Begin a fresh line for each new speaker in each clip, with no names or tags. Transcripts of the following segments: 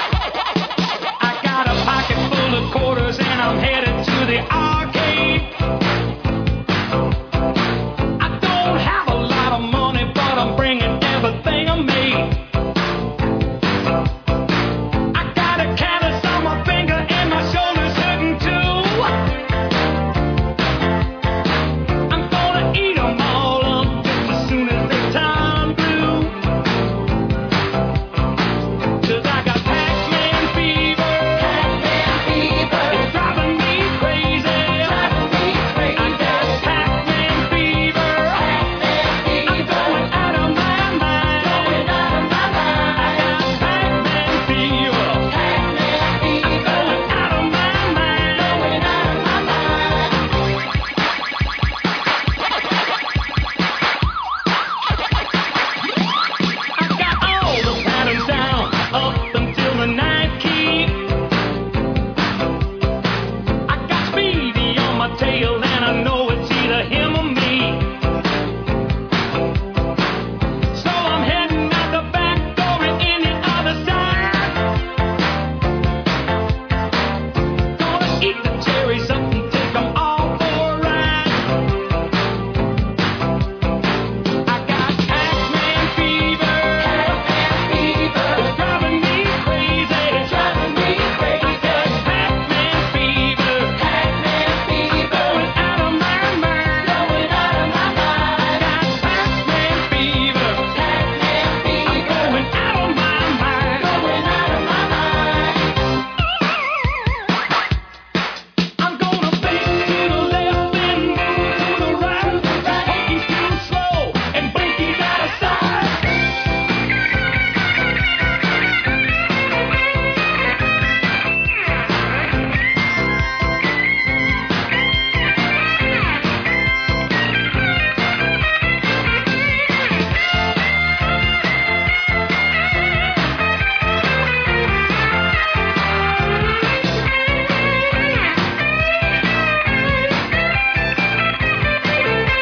I got a pocket full of quarters and I'm headed to the arcade. I don't have a lot of money, but I'm bringing everything I made. I got a callus on my finger and my shoulder's hurting too. I'm gonna eat 'em all up just as soon as they turn blue. 'Cause I got Pac-Man fever. It's driving me crazy. I got Pac-Man fever. I'm going out of my mind. I got Pac-Man fever. I'm going out of my mind. I got all the patterns down up until the ninth key. I got Speedy on my tail, and I know it's either him or me. So I'm heading out the back door and in the other side. Gonna eat the cherries up and take 'em all for a ride. I got Pac-Man fever. It's driving me crazy. I got Pac-Man fever. Going out of my mind. I got Pac-Man fever. I'm going out of my mind. I'm gonna bend to the left and move to the right. Walking too slow and blinking out of sight.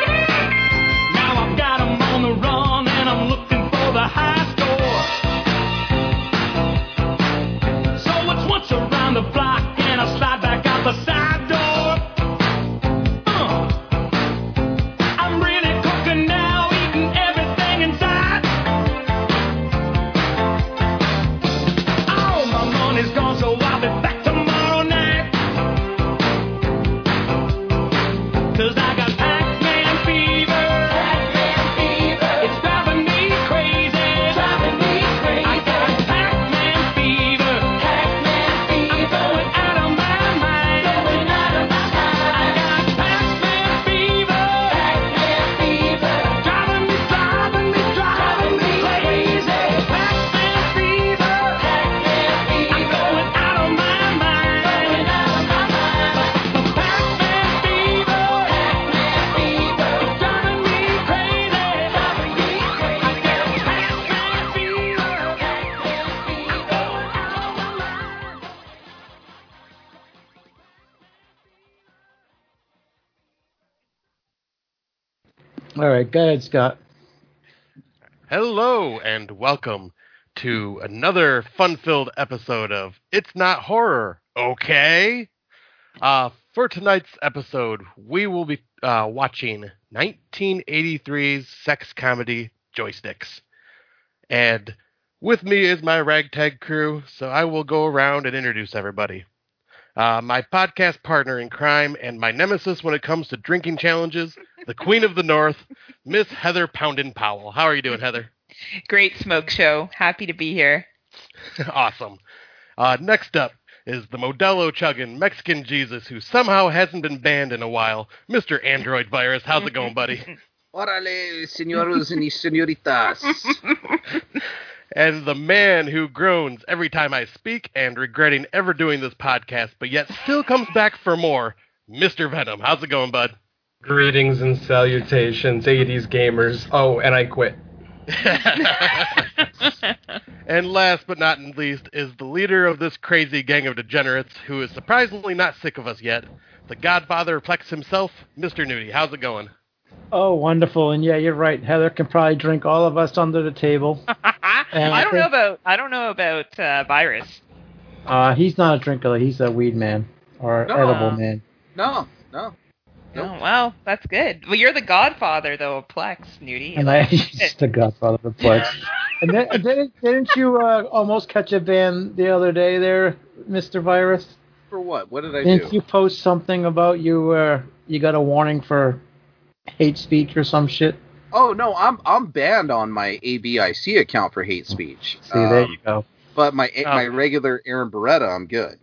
Now I've got 'em on the run and I'm looking for the high score. So it's once around the block and I slide back out the side door. Uh. I'm really cooking now, eating everything inside. All my money's gone, so I'll be back tomorrow night. Cause I got Pac-Man fever. It's driving me crazy. I got Pac-Man fever. I'm going out of my mind. I got Pac-Man fever. Driving me, driving me, driving me crazy. Pac-Man fever. I'm going out of my mind. Pac-Man fever. Driving me crazy. I got Pac-Man fever. I'm going out of my mind.
All right, go ahead, Scott.
Hello and welcome to another fun-filled episode of It's Not Horror, okay? Uh, for tonight's episode, we will be uh, watching 1983's sex comedy Joysticks. And with me is my ragtag crew, so I will go around and introduce everybody. Uh, my podcast partner in crime and my nemesis when it comes to drinking challenges, the Queen of the North, Miss Heather Poundin Powell. How are you doing, Heather?
Great smoke show. Happy to be here.
awesome. Uh, next up is the Modelo chugging Mexican Jesus who somehow hasn't been banned in a while, Mr. Android Virus. How's it going, buddy?
Orale, señoros and señoritas.
And the man who groans every time I speak and regretting ever doing this podcast, but yet still comes back for more, Mr. Venom. How's it going, bud?
Greetings and salutations, 80s gamers. Oh, and I quit.
and last but not least is the leader of this crazy gang of degenerates who is surprisingly not sick of us yet, the Godfather Plex himself, Mr. Nudie. How's it going?
Oh, wonderful. And yeah, you're right. Heather can probably drink all of us under the table.
I don't
think-
know about I don't know about uh, virus.
Uh, he's not a drinker. He's a weed man or
No.
edible man.
No, no. Nope.
Oh well, that's good. Well, you're the godfather though of Plex, Nudie.
And I just a godfather of the place. and then, didn't, didn't you uh, almost catch a van the other day there, Mr. Virus?
For what? What did I
Didn't
do?
you post something about you uh, you got a warning for hate speech or some shit?
Oh no, I'm I'm banned on my ABIC account for hate speech.
See, there
Um,
you go.
But my my
Oh.
regular Aaron Beretta, I'm good.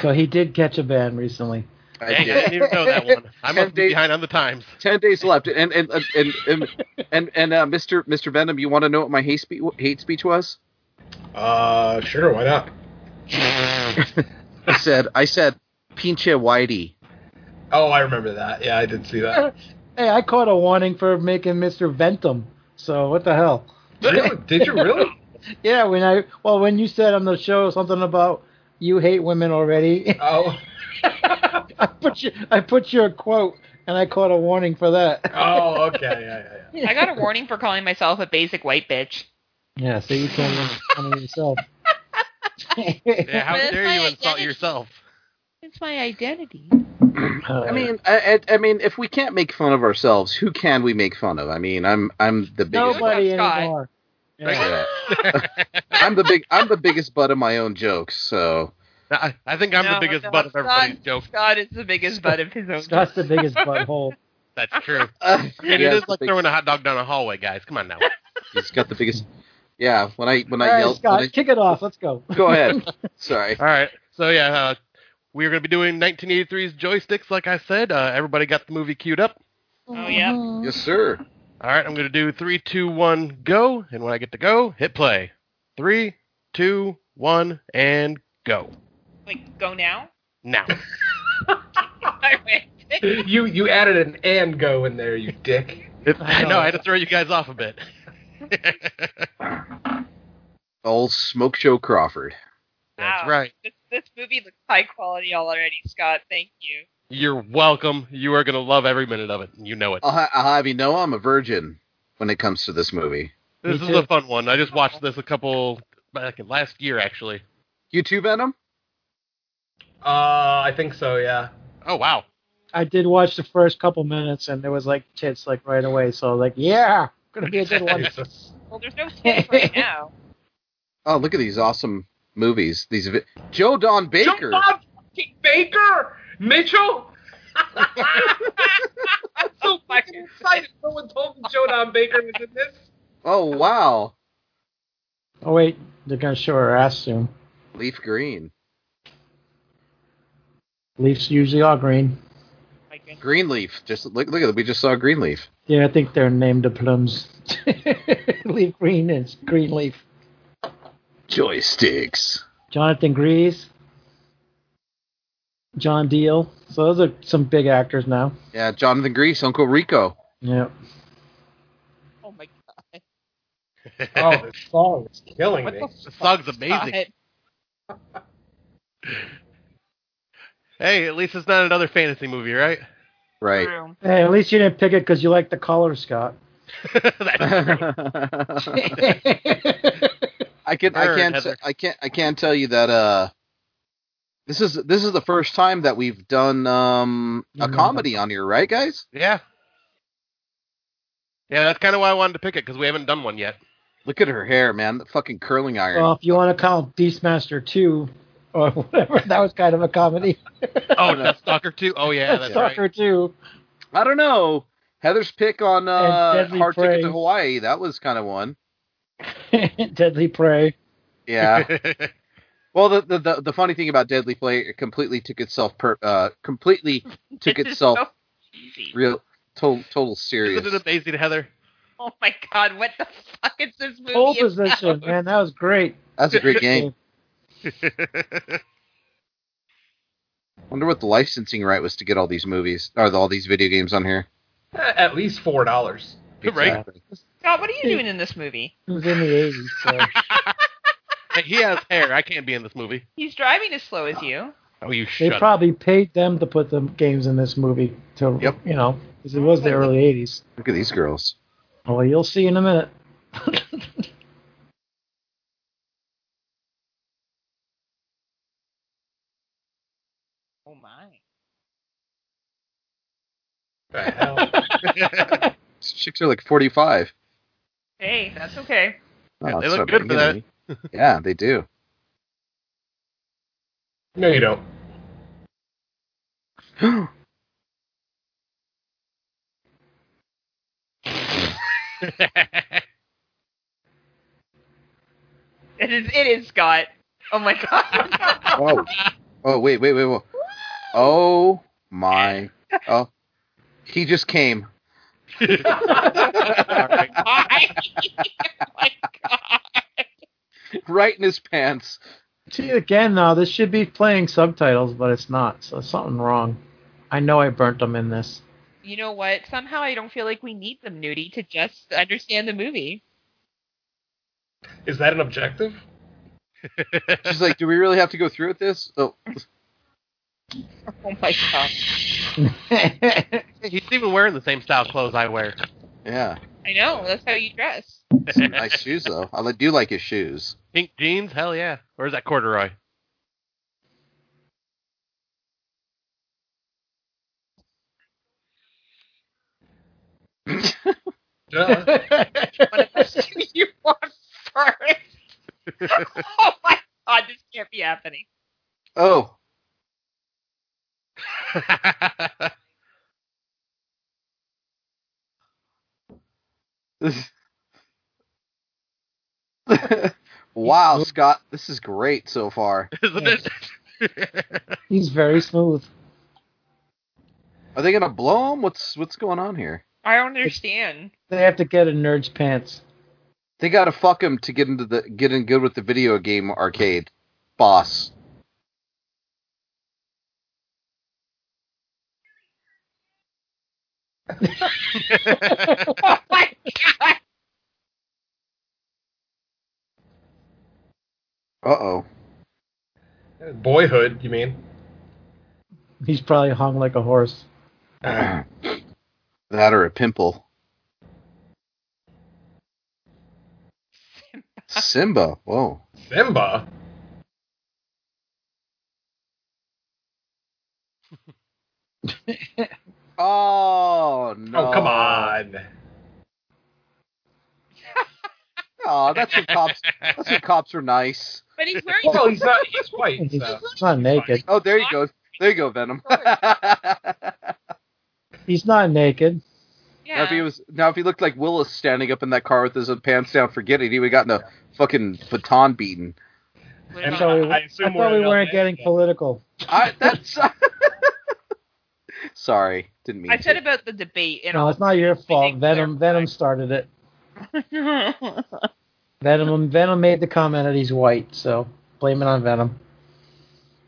So he did catch a van recently.
I
Dang, I didn't even know that one. I
Ten
must be
days-
behind on the times.
Ten days left, and and and and and, and, and uh, Mr. Mr. Venom, you want to know what my hate speech hate speech was?
Uh, sure, why not?
I said I said pinche whitey.
Oh, I remember that. Yeah, I did see that.
Hey, I caught a warning for making Mr. Ventum. So what the hell?
Really? Did you really?
Yeah, when I well when you said on the show something about you hate women already,
Oh,
I put you I put your quote and I caught a warning for that.
oh, okay, yeah, yeah, yeah.
I got a warning for calling myself a basic white bitch.
Yeah, so you can't even honor yourself.
Yeah, how
That's
dare
my
you insult
identity.
yourself?
It's my identity.
I mean, I, I, I mean, if we can't make fun of ourselves, who can we make fun of? I mean, I'm I'm the biggest.
nobody
Scott.
anymore. Yeah.
Yeah. I'm the big I'm the biggest butt of my own jokes. So
I, I think I'm the
No,
biggest
no,
butt of everybody's
Scott-
joke.
Scott is the biggest butt of his own.
Scott's the biggest butthole.
That's true.
Yeah,
And it is
the
like
big-
throwing a hot dog down a hallway, guys. Come on now.
he's got the biggest. Yeah, when I when
All
I
right,
yelled.
Scott,
when
kick it off. Let's go.
I- go ahead. Sorry.
All right. So yeah, uh, we're gonna be doing 1983's joysticks, like I said. Uh, everybody got the movie queued up.
Oh yeah.
Yes, sir.
All right, I'm gonna do three, two, one, go. And when I get to go, hit play. Three, two, one, and go.
Like go now.
Now.
I went.
You you added an and go in there, you dick.
It- I know I had to throw you guys off a bit.
Old Smoke Show Crawford.
That's
Wow.
right.
This, this movie looks high quality already, Scott. Thank you.
You're welcome. You are gonna love every minute of it. and You know it.
I'll, ha- I'll have you know I'm a virgin when it comes to this movie.
This
Me
is
too.
a fun one. I just watched this a couple back in last year actually.
You too, Venom.
Uh, I think so. Yeah.
Oh wow.
I did watch the first couple minutes and there was like tits like right away. So like, yeah, gonna be a good one.
Jesus.
Well, there's no tits right now.
Oh, look at these awesome movies. These vi- Joe Don Baker.
John fucking Baker Mitchell. I'm so fucking excited. No one told me Joe Don Baker was in this.
Oh wow,
Oh wait, they're gonna show her ass soon.
Leaf Green.
Leafs usually are green.
My goodness.
Greenleaf. Just look look at it. We just saw Greenleaf.
Yeah, I think they're named the plums. leaf green is green leaf.
Joysticks.
Jonathan Grease, John Deal. So those are some big actors now.
Yeah, Jonathan Grease, Uncle Rico.
Yeah.
Oh my god.
Oh, this song is killing
What
me.
the
The song's
Scott.
amazing. Hey, at least it's not another fantasy movie, right?
Right.
True.
Hey, at least you didn't pick it because you like the color, Scott.
That's true.
I can I
Burn,
can't
Heather.
I can't I can't tell you that uh this is this is the first time that we've done um a
Mhm.
comedy on here, right guys?
yeah. Yeah, that's kind of why I wanted to pick it because we haven't done one yet.
Look at her hair, man. The fucking curling iron.
well, if you want to count Beastmaster Two or whatever, that was kind of a comedy.
Oh, no, Stalker 2? Oh, yeah, that's
Stalker
right.
Two.
I don't know. Heather's pick on uh
Deadly
Hard Ticket to
Prey.
Hawaii, that was kind of one.
Deadly Prey.
Yeah. well, the, the the the funny thing about Deadly Play it completely took itself per uh completely took
This is
itself
so easy.
real total total serious.
Isn't it amazing, Heather?
Oh my god, what the fuck is this movie?
Pole
about?
position, man. That was great.
That's a great game. Wonder what the licensing right was to get all these movies or all these video games on here.
At least four dollars.
right?
Scott, what are you doing in this movie?
It was in the eighties. So.
Hey, He has hair. I can't be in this movie.
He's driving as slow as you.
Oh, you
They
shut up.
probably paid them to put the games in this movie to
Yep.
you know because it was the early '80s.
Look at these girls.
Well, you'll see in a minute.
Oh my.
The hell?
These chicks are like 45.
Hey, that's okay.
Oh,
Yeah, they
that's
look
what
good for
I'm getting. yeah, they do.
no, you don't.
It is. It is Scott. Oh my god.
Oh, oh, wait, wait, wait, wait. Oh my. Oh, he just came.
Alright.
Why? oh my god.
right in his pants.
See again now. This should be playing subtitles, but it's not. So something wrong. I know I burnt them in this.
You know what? Somehow I don't feel like we need them, Nudie, to just understand the movie.
Is that an objective?
She's like, "Do we really have to go through with this?" Oh,
Oh my god.
He's even wearing the same style clothes I wear.
yeah,
I know. That's how you dress.
some nice shoes though. I li- do like his shoes.
Pink jeans, hell yeah. Or is that corduroy?
Duh.
One of us do you want first? oh my god, this can't be happening.
Oh, wow, Scott, this is great so far.
Isn't it?
He's very smooth.
Are they gonna blow him? What's what's going on here?
I don't understand.
They have to get a nerd's pants.
They gotta fuck him to get into the get in good with the video game arcade boss.
Oh my god.
Uh oh.
Boyhood, you mean?
He's probably hung like a horse.
Ah,
That or a pimple. Simba. Whoa.
Simba.
Oh no!
Oh,
Uh,
come on.
Oh, that's what cops. That's what cops are nice.
But he's wearing
Well, he's not. He's white.
He's
So.
not naked.
Oh, there you go. There you go, Venom.
He's not naked.
Now
yeah.
if he was now if he looked like Willis standing up in that car with his pants down, forget it. He would have gotten a fucking baton beating.
What
And
about-
So we-
I
I
assume
thought
we're
we
in
weren't
LA.
getting political.
I, that's sorry, didn't mean.
I said
to.
about the debate and
No,
all.
it's not your fault.
think
Venom
they're-
Venom started it. Venom Venom made the comment that he's white, so blame it on Venom.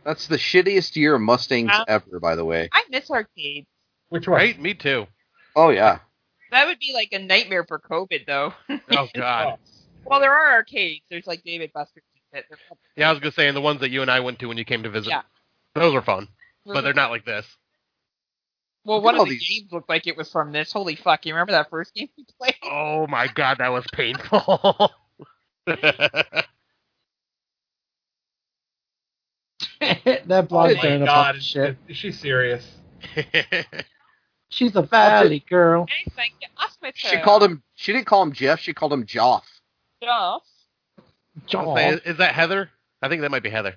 That's the shittiest year of Mustangs
Uh,
ever, by the way.
I miss arcades.
Which one?
right? Me too.
Oh yeah,
That would be like a nightmare for COVID, though.
Oh, God.
well, there are arcades. There's like David Buster's and shit. They're not-
Yeah, I was going to say, and the ones that you and I went to when you came to visit.
Yeah.
Those were fun, but
Mm-hmm.
they're not like this.
Well,
Look
one
at
of
all
the
these-
games looked like it was from this. Holy fuck! You remember that first game we played?
Oh my god, that was painful.
that
Oh
blonde
my
ain't a
God!
fucking
Is,
shit.
is she serious?
She's a valley girl.
And he's like, "Get off my
she
phone."
called him. She didn't call him Jeff. She called him Joff.
Off.
I'll
Jaw.
say, is, is that Heather? I think that might be Heather.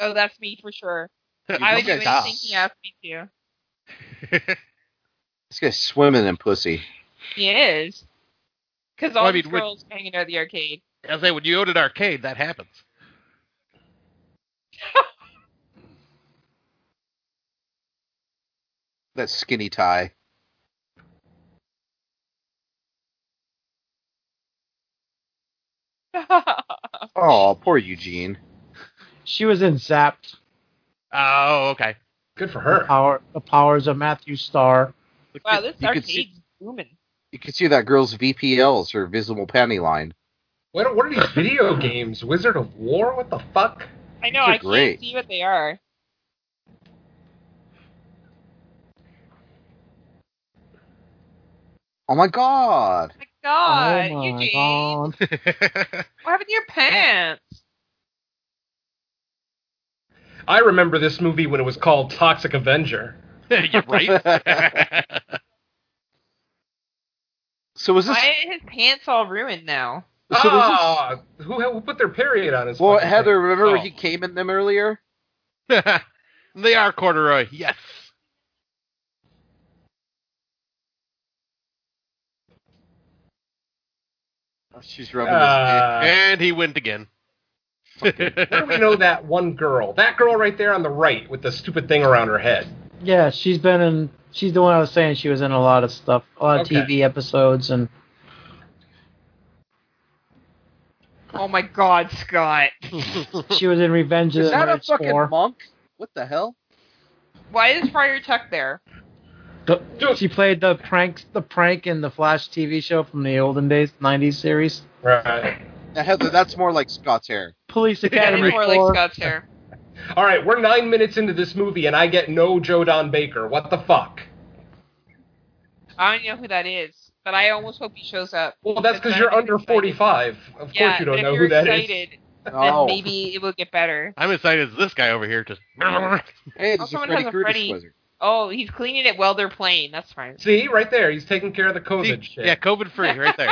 Oh, that's me for sure.
You
I was
look at
even
that.
thinking of me too.
This guy's swimming in pussy.
He is. Because all
Well, I
these
mean, would-
girls were hanging out at the arcade.
I say, when you go to an arcade, that happens.
That skinny tie. Oh, poor Eugene.
She was in Zapped.
Oh, okay.
Good for
The
her.
power the powers of Matthew Starr.
wow, this
You could see-
arcade's booming.
You could see that girl's VPLs, her visible panty line.
What, what are these video games? Wizard of War? What the fuck?
I know. I
great.
can't see what they are.
Oh my god!
my god,
oh my
Eugene,
god.
what happened to your pants?
I remember this movie when it was called Toxic Avenger.
You're right.
So was this?
Why are his pants all ruined now?
So was
ah, who, who put their period on his?
this? Well,
fucking
Heather, remember
Oh.
he came in them earlier.
they are corduroy. Yes.
Oh, She's
thing?
rubbing
Uh,
and he went again.
where do we know that one girl? That girl right there on the right with the stupid thing around her head.
Yeah, she's been in. She's the one I was saying she was in a lot of stuff, a lot of
Okay.
TV episodes, and
Oh my god, Scott.
she was in Revenge
his dick.
of
Is
the
that a
Nerds
fucking
4.
monk? What the hell?
Why is Friar Tuck there?
Dude.
She played the prank, the prank in the Flash TV show from the olden days, '90s series,
Right.
Now, Heather, that's more like Scott's hair.
Police
That
Academy.
is more like
4.
Scott's hair.
All right, we're nine minutes into this movie and I get no Joe Don Baker. What the fuck?
I don't know who that is, but I almost hope he shows up.
Well, that's because
I'm
you're under
excited.
45. Of
yeah,
course you
but
don't know
if
who
you're
that is.
excited, then
Oh,
maybe it will get better.
I'm excited as this guy over here just
hey,
Oh,
there's a
someone
Freddy
has a
Krueger
Freddy.
squizzer.
Oh, he's cleaning it while they're playing. That's fine.
See, right there, he's taking care of the COVID
See,
shit.
yeah, COVID free right there.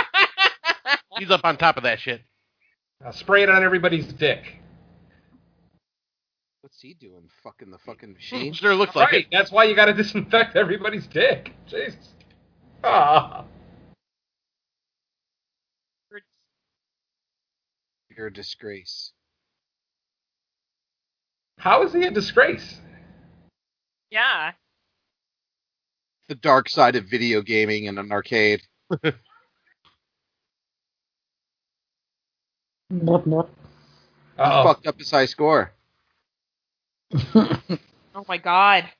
He's up on top of that shit.
Now spray it on everybody's dick.
What's he doing? Fucking the fucking machine.
Sure looks like
Right, that's why you got to disinfect everybody's dick. Jeez. Ah.
You're a disgrace.
How is he a disgrace?
yeah.
The dark side of video gaming in an arcade. He
Uh-oh.
fucked up his high score.
Oh my god.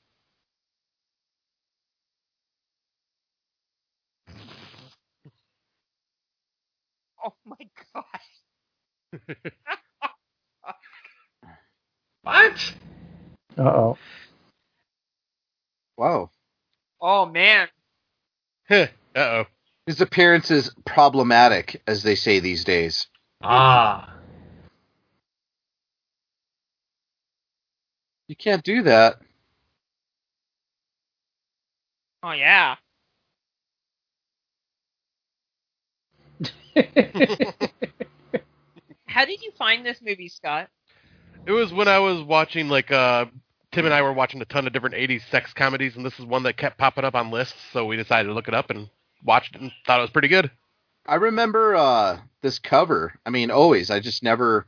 Oh my god.
What?
Uh oh.
Wow.
Oh man.
it. uh oh.
His appearance is problematic, as they say these days.
Ah.
You can't do that.
Oh yeah. How did you find this movie, Scott?
It was when I was watching like uh Tim and I were watching a ton of different '80s sex comedies, and this is one that kept popping up on lists. So we decided to look it up and watched it, and thought it was pretty good.
I remember uh, this cover. I mean, always. I just never.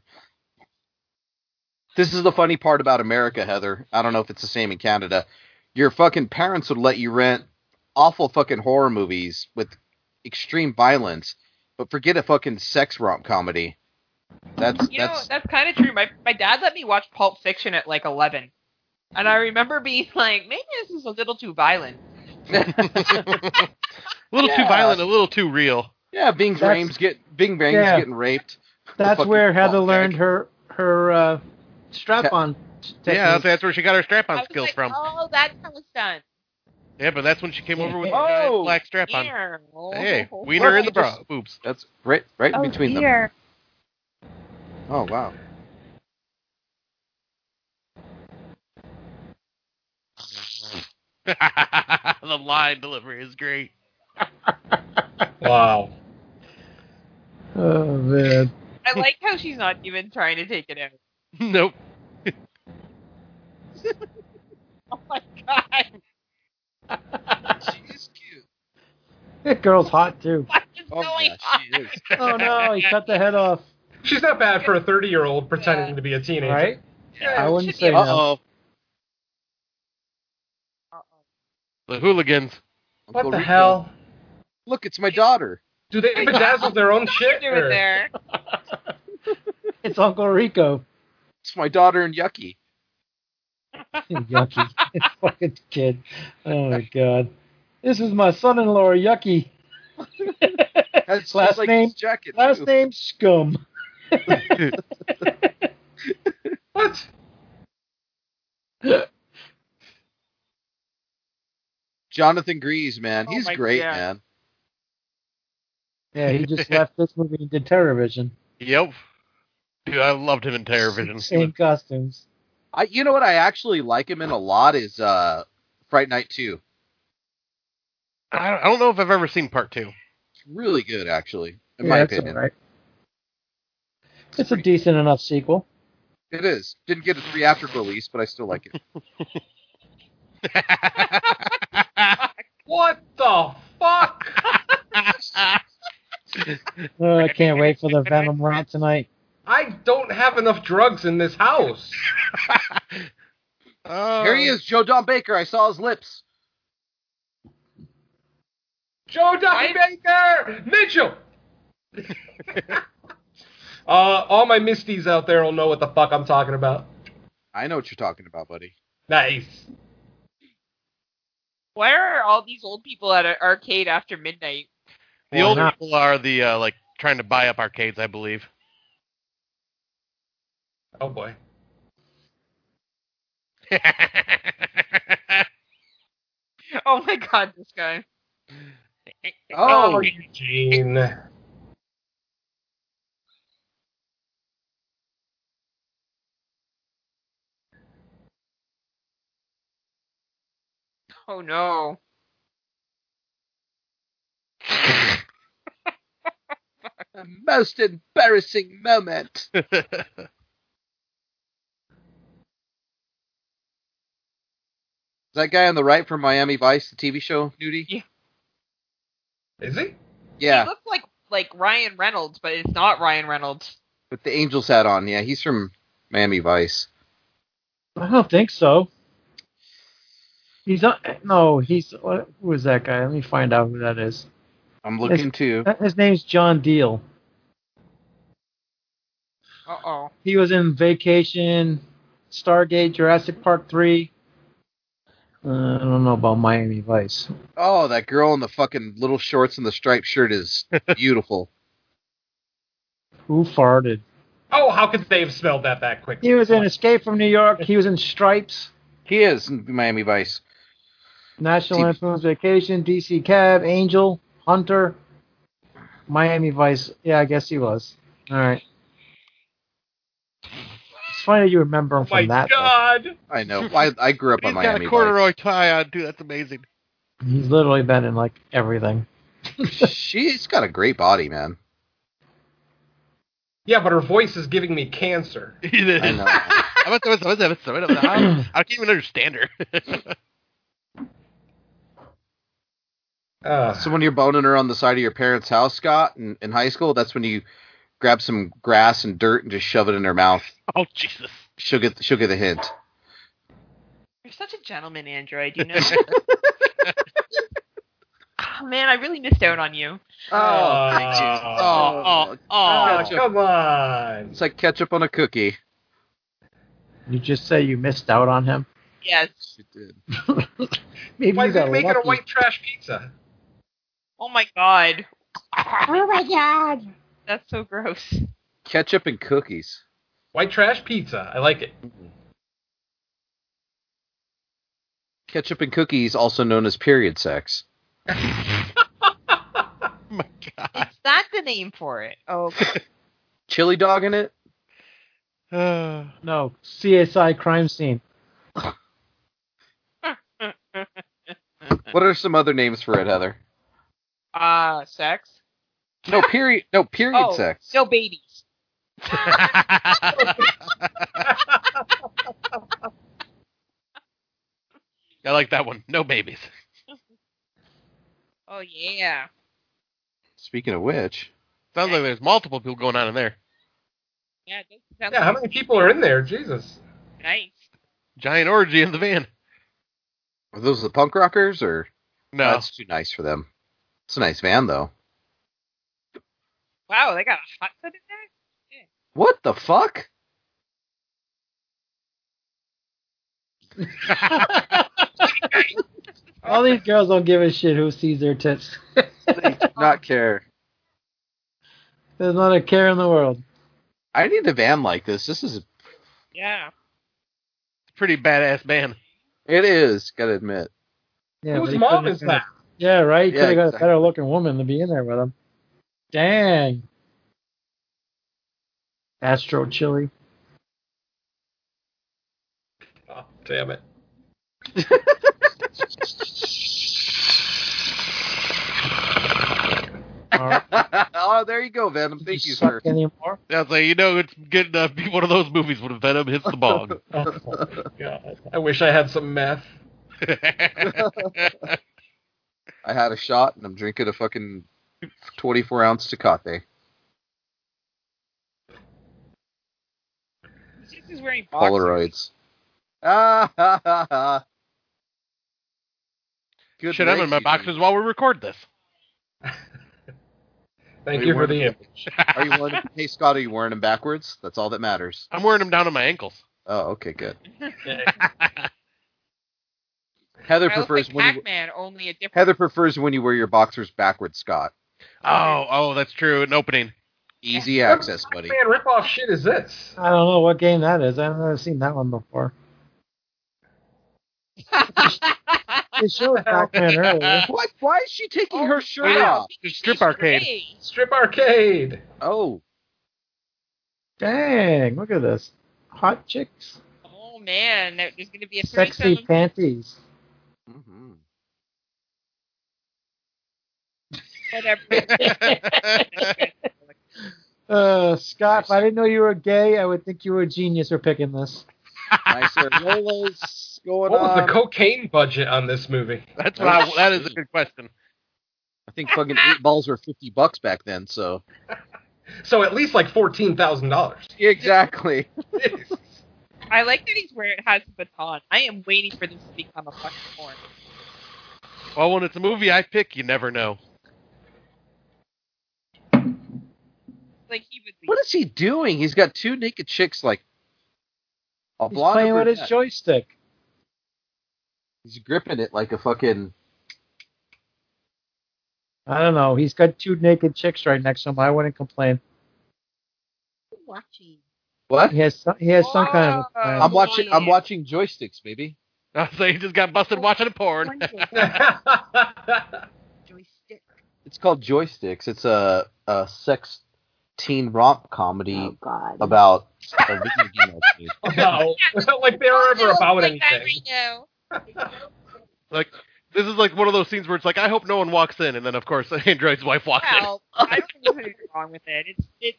This is the funny part about America, Heather. I don't know if it's the same in Canada. Your fucking parents would let you rent awful fucking horror movies with extreme violence, but forget a fucking sex romp comedy. That's
You know,
that's
that's kind of true. My my dad let me watch Pulp Fiction at like 11. And I remember being like, maybe this is a little too violent.
A little too
Yeah.
violent, a little too real.
yeah. Bing
That's-
Rames get Bing Rames
Yeah.
getting raped.
That's
fucking
where Heather
fuck,
learned
Nick.
her her uh, strap-on. technique.
Yeah, that's, that's where she got her
I
strap-on
was
skills
like,
from.
Oh, that's how it's done.
Yeah, but that's when she came over with the
Yeah.
giant
Oh.
black strap-on.
Here. Oh.
Hey, wiener in the bra,
Just-
boobs.
That's right right in between them.
dear.
Oh wow.
the line delivery is great.
Wow.
Oh man.
I like how she's not even trying to take it out.
Nope.
Oh my god.
She's cute.
That girl's hot too.
What is
Oh
going
yeah,
on?
she is.
Oh no, he cut the head off.
She's not bad for a 30 year old pretending
Yeah.
to be a teenager.
Right? I wouldn't say
Uh
no.
oh.
The hooligans.
What the hell?
Look, it's my daughter.
Do they bedazzle their own shit?
Doing
or-
there.
It's Uncle Rico.
It's my daughter and Yucky.
Yucky. Fucking kid. Oh my god. This is my son-in-law, Yucky.
That's just
Last
like
name-
his jacket.
Last
too.
name Scum.
What?
Jonathan Grease, man.
Oh
He's
my
great,
God.
man.
Yeah, he just left this movie and did Terrorvision.
Yep. Dude, I loved him in Terror Vision.
Same costumes.
I, you know what I actually like him in a lot is uh, Fright Night Two.
I don't, I don't know if I've ever seen part two.
Really good, actually, in
Yeah,
my
that's
opinion.
all right. It's a decent enough sequel.
It is. Didn't get a theatrical release, but I still like it.
What the fuck?
Oh, I can't wait for the Venom rant tonight.
I don't have enough drugs in this house.
Oh.
Here he is, Joe Don Baker. I saw his lips.
Joe Duffy Baker! Mitchell! uh, all my Misties out there will know what the fuck I'm talking about.
I know what you're talking about, buddy.
Nice.
Where are all these old people at an arcade after midnight?
The old people are the uh, like trying to buy up arcades, I believe.
Oh boy.
Oh my god, this guy.
Oh,
Eugene.
Oh no.
the most embarrassing moment. Is that guy on the right from Miami Vice, the TV show, Nudie?
Is he?
Yeah,
He looks like like Ryan Reynolds, but it's not Ryan Reynolds.
with the Angels hat on. Yeah, he's from Miami Vice.
I don't think so. He's not. No, he's. What, who is that guy? Let me find out who that is. Uh,
I'm looking too.
His name's John Deal.
Uh oh.
He was in Vacation, Stargate, Jurassic Park 3. Uh, I don't know about Miami Vice.
Oh, that girl in the fucking little shorts and the striped shirt is beautiful.
Who farted?
Oh, how could they have smelled that that quick?
He was in Escape from New York. He was in Stripes,
he is in Miami Vice.
National
He-
Lampoon's Vacation, DC Cab, Angel, Hunter, Miami Vice. Yeah, I guess he was. All right. It's funny you remember him
Oh my
from that. though.
god!
I know. I, I grew up
He's
on
got
Miami
a
Vice.
corduroy tie on too. That's amazing.
He's literally been in like everything.
She's got a great body, man.
Yeah, but her voice is giving me cancer.
He did.
I know.
I must- I must- I must- I must- I must- I don't- I can't even understand her.
Uh,
So when you're boning her on the side of your parents' house, Scott, in, in high school, that's when you grab some grass and dirt and just shove it in her mouth.
oh Jesus!
She'll get she'll get the hint.
You're such a gentleman, Android, you know. oh man, I really missed out on you.
Oh, oh,
oh,
ketchup.
come on.
It's like ketchup on a cookie.
You just say you missed out on him.
Yes.
She did.
Maybe
Why
you
is he
got
making
lucky.
a white trash pizza?
Oh my god. Oh my god. That's so gross.
Ketchup and cookies. Mm-hmm.
White trash pizza. I like it.
Ketchup and cookies, also known as period sex.
Oh my God.
Is that the name for it? Oh,
Chili dog in it.
Uh,
No, CSI crime scene.
What are some other names for it, Heather?
uh, sex?
No period. No period
oh,
sex.
No babies.
I like that one. No babies.
Oh yeah.
Speaking of which,
Sounds like there's multiple people going on in there.
Yeah, it does sound
Yeah, how many people are in there? Jesus.
nice.
Giant orgy in the van.
are those the punk rockers or?
No,
that's too nice for them. It's a nice van though.
Wow, they got a hot foot in there?
What the fuck?
All these girls don't give a shit who sees their tits.
Not care.
There's not a care in the world.
I need a van like this. This is
Yeah.
pretty badass van.
it is. Gotta admit.
Yeah, but
Whose
he
mom
could've-
is that?
Yeah, right. He
Yeah,
could have got a
exactly.
better looking woman to be in there with him. Dang. Astro Chili.
Oh, damn it.
All right.
oh, there you go, Venom. Thank you, sir.
Suck Anymore.
I was like, you know, it's good to be one of those movies when Venom hits the bong.
Oh, God. I wish I had some meth.
I had a shot and I'm drinking a fucking 24 ounce Tecate.
This is wearing boxers.
Polaroids. Ah, ha, ha, ha. Good
Shit, I'm in
legs
my
you
boxes while we record this.
Thank
They
you for
weren't-
the image.
Are you wearing? hey, Scott, are you wearing them backwards? That's all that matters.
I'm wearing them down to my ankles.
Oh, okay, good.
I
Heather
I look
prefers
like
when you,
Pac-Man, only a different.
Heather prefers when you wear your boxers backwards, Scott.
Oh, oh, that's true. An opening.
Easy
What
access, buddy.
Man, ripoff shit is this?
I don't know what game that is. I've never seen that one before. They showed Pac-Man earlier.
What? Why is she taking
Oh,
her shirt
wow.
off?
Just strip arcade.
Hey,
Strip arcade.
Oh,
Dang, look at this. Hot chicks.
Oh man, there- there's gonna be a
Sexy
threesome.
panties.
hmm
Whatever.
Uh, Scott, if I
Nice.
didn't know you were gay, I would think you were a genius for picking this.
nice areolas going
What was
on.
the cocaine budget on this movie?
That's what I, that is a good question.
I think fucking eight balls were fifty bucks back then. So
So at least like fourteen thousand dollars.
exactly.
I like that he's where it has the baton. I am waiting for this to become a fucking porn.
Well, when it's a movie I pick, you never know.
Like he would.
What is he doing? He's got two naked chicks like a
He's
blonde.
playing with his
brunette.
joystick.
He's gripping it like a fucking.
I don't know. He's got two naked chicks right next to him. I wouldn't complain.
watching.
What?
He has some, he has some kind of. A plan.
I'm watching. I'm
Yeah.
watching joysticks, baby.
So you just got busted watching a porn.
Joystick.
It's called Joysticks. It's a a sex teen romp comedy
God.
about a video game. I think.
no, it's not like they were ever about
like that
anything.
right now.
Like this is like one of those scenes where it's like I hope no one walks in, and then of course Android's wife walks
Well, I don't know what's wrong with it. It's it's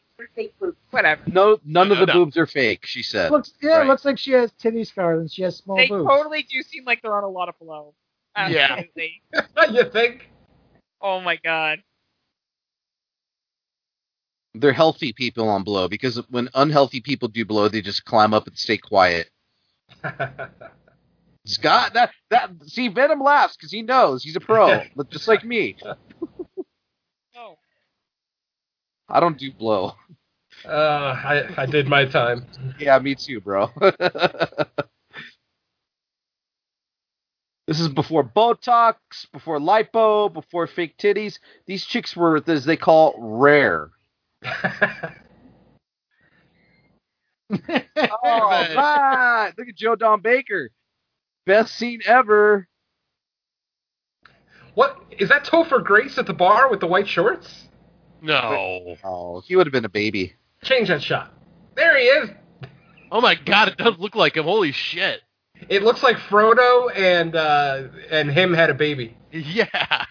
whatever.
No, none of the
No.
boobs are fake. She said.
looks, yeah,
Right.
it looks like she has titty scars and she has small
they
boobs.
totally do seem like they're on a lot of blow.
Yeah.
Absolutely.
you think?
Oh my god.
They're healthy people on blow because when unhealthy people do blow, they just climb up and stay quiet. Scott, that that see Venom laughs because he knows he's a pro, but just like me,
Oh.
I don't do blow.
uh, I, I did my time.
Yeah, me too, bro. this is before Botox, before lipo, before fake titties. These chicks were as they call rare. All right, look at Joe Don Baker, best scene ever.
what is that? Topher Grace at the bar with the white shorts?
No.
Oh, he would have been a baby.
Change that shot. There he is.
Oh my god, it does look like him. Holy shit.
It looks like Frodo and uh, and him had a baby.
Yeah.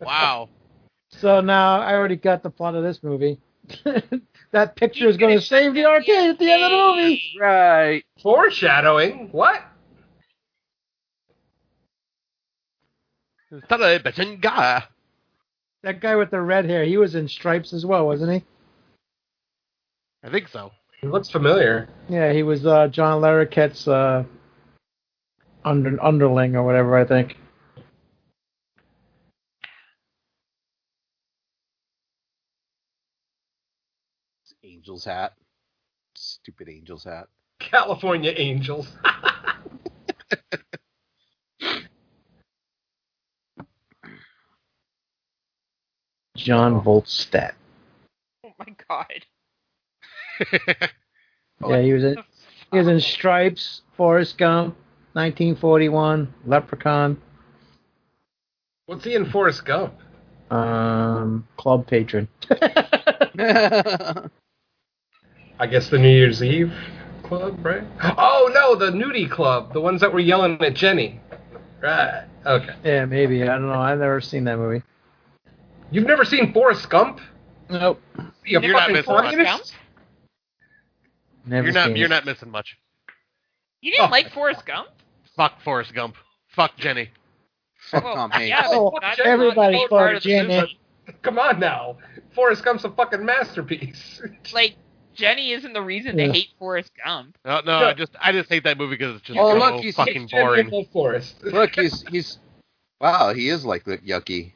Wow.
So now I already got the plot of this movie. that picture is going to save the arcade at the end of the movie.
Right.
Foreshadowing. What?
Tada, bitchin' guy.
That guy with the red hair, he was in stripes as well, wasn't
I think so.
He looks familiar.
he? Yeah, he was uh, John Larroquette's uh, under, underling or whatever, I think.
Angel's hat. Stupid angel's hat.
California Angels.
John Voltstadt.
Oh my god.
Yeah, he was in, he was in Stripes, Forrest Gump, 1941, Leprechaun.
What's he in Forrest Gump?
Um, club patron.
I guess the New Year's Eve club, right? Oh no, the nudie club, the ones that were yelling at Jenny. Right. Okay.
Yeah, maybe. I don't know. I've never seen that movie.
You've never seen Forrest Gump?
Nope.
You
You're not
fucking
missing much.
communist?
Never
You're not
seen
you're
it.
not missing much.
You didn't
Oh.
like Forrest Gump?
Fuck Forrest Gump. Fuck Jenny.
Fuck
Well,
Tom Hanks.
yeah, but
Oh,
that's
everybody's
not part of
for Jenny.
the movie.
Come on now. Forrest Gump's a fucking masterpiece.
Like Jenny isn't the reason to
Yeah.
hate Forrest Gump.
No, Uh, no, I just I just hate that movie because it's just
Oh,
so
look, he's-
fucking
Jenny
boring.
above Forrest.
Look, he's he's wow, he is like the yucky.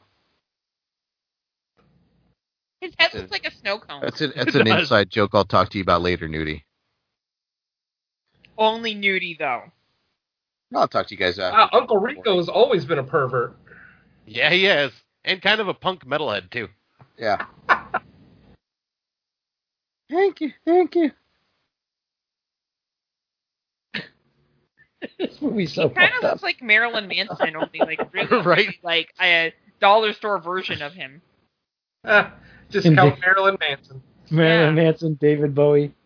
His head looks like a snow cone.
That's an that's an
does.
inside joke. I'll talk to you about later, Nudie.
Only nudie though.
I'll talk to you guys
Oh.
after.
Wow, Uncle Rico's always been a pervert.
Yeah, he is. And kind of a punk metalhead too.
Yeah. thank you, thank you.
This movie's so
Kind of
fucked up.
looks like Marilyn Manson, only like really
right?
like a dollar store version of him.
Ah, just
Indeed.
count Marilyn Manson.
Marilyn Manson, David Bowie.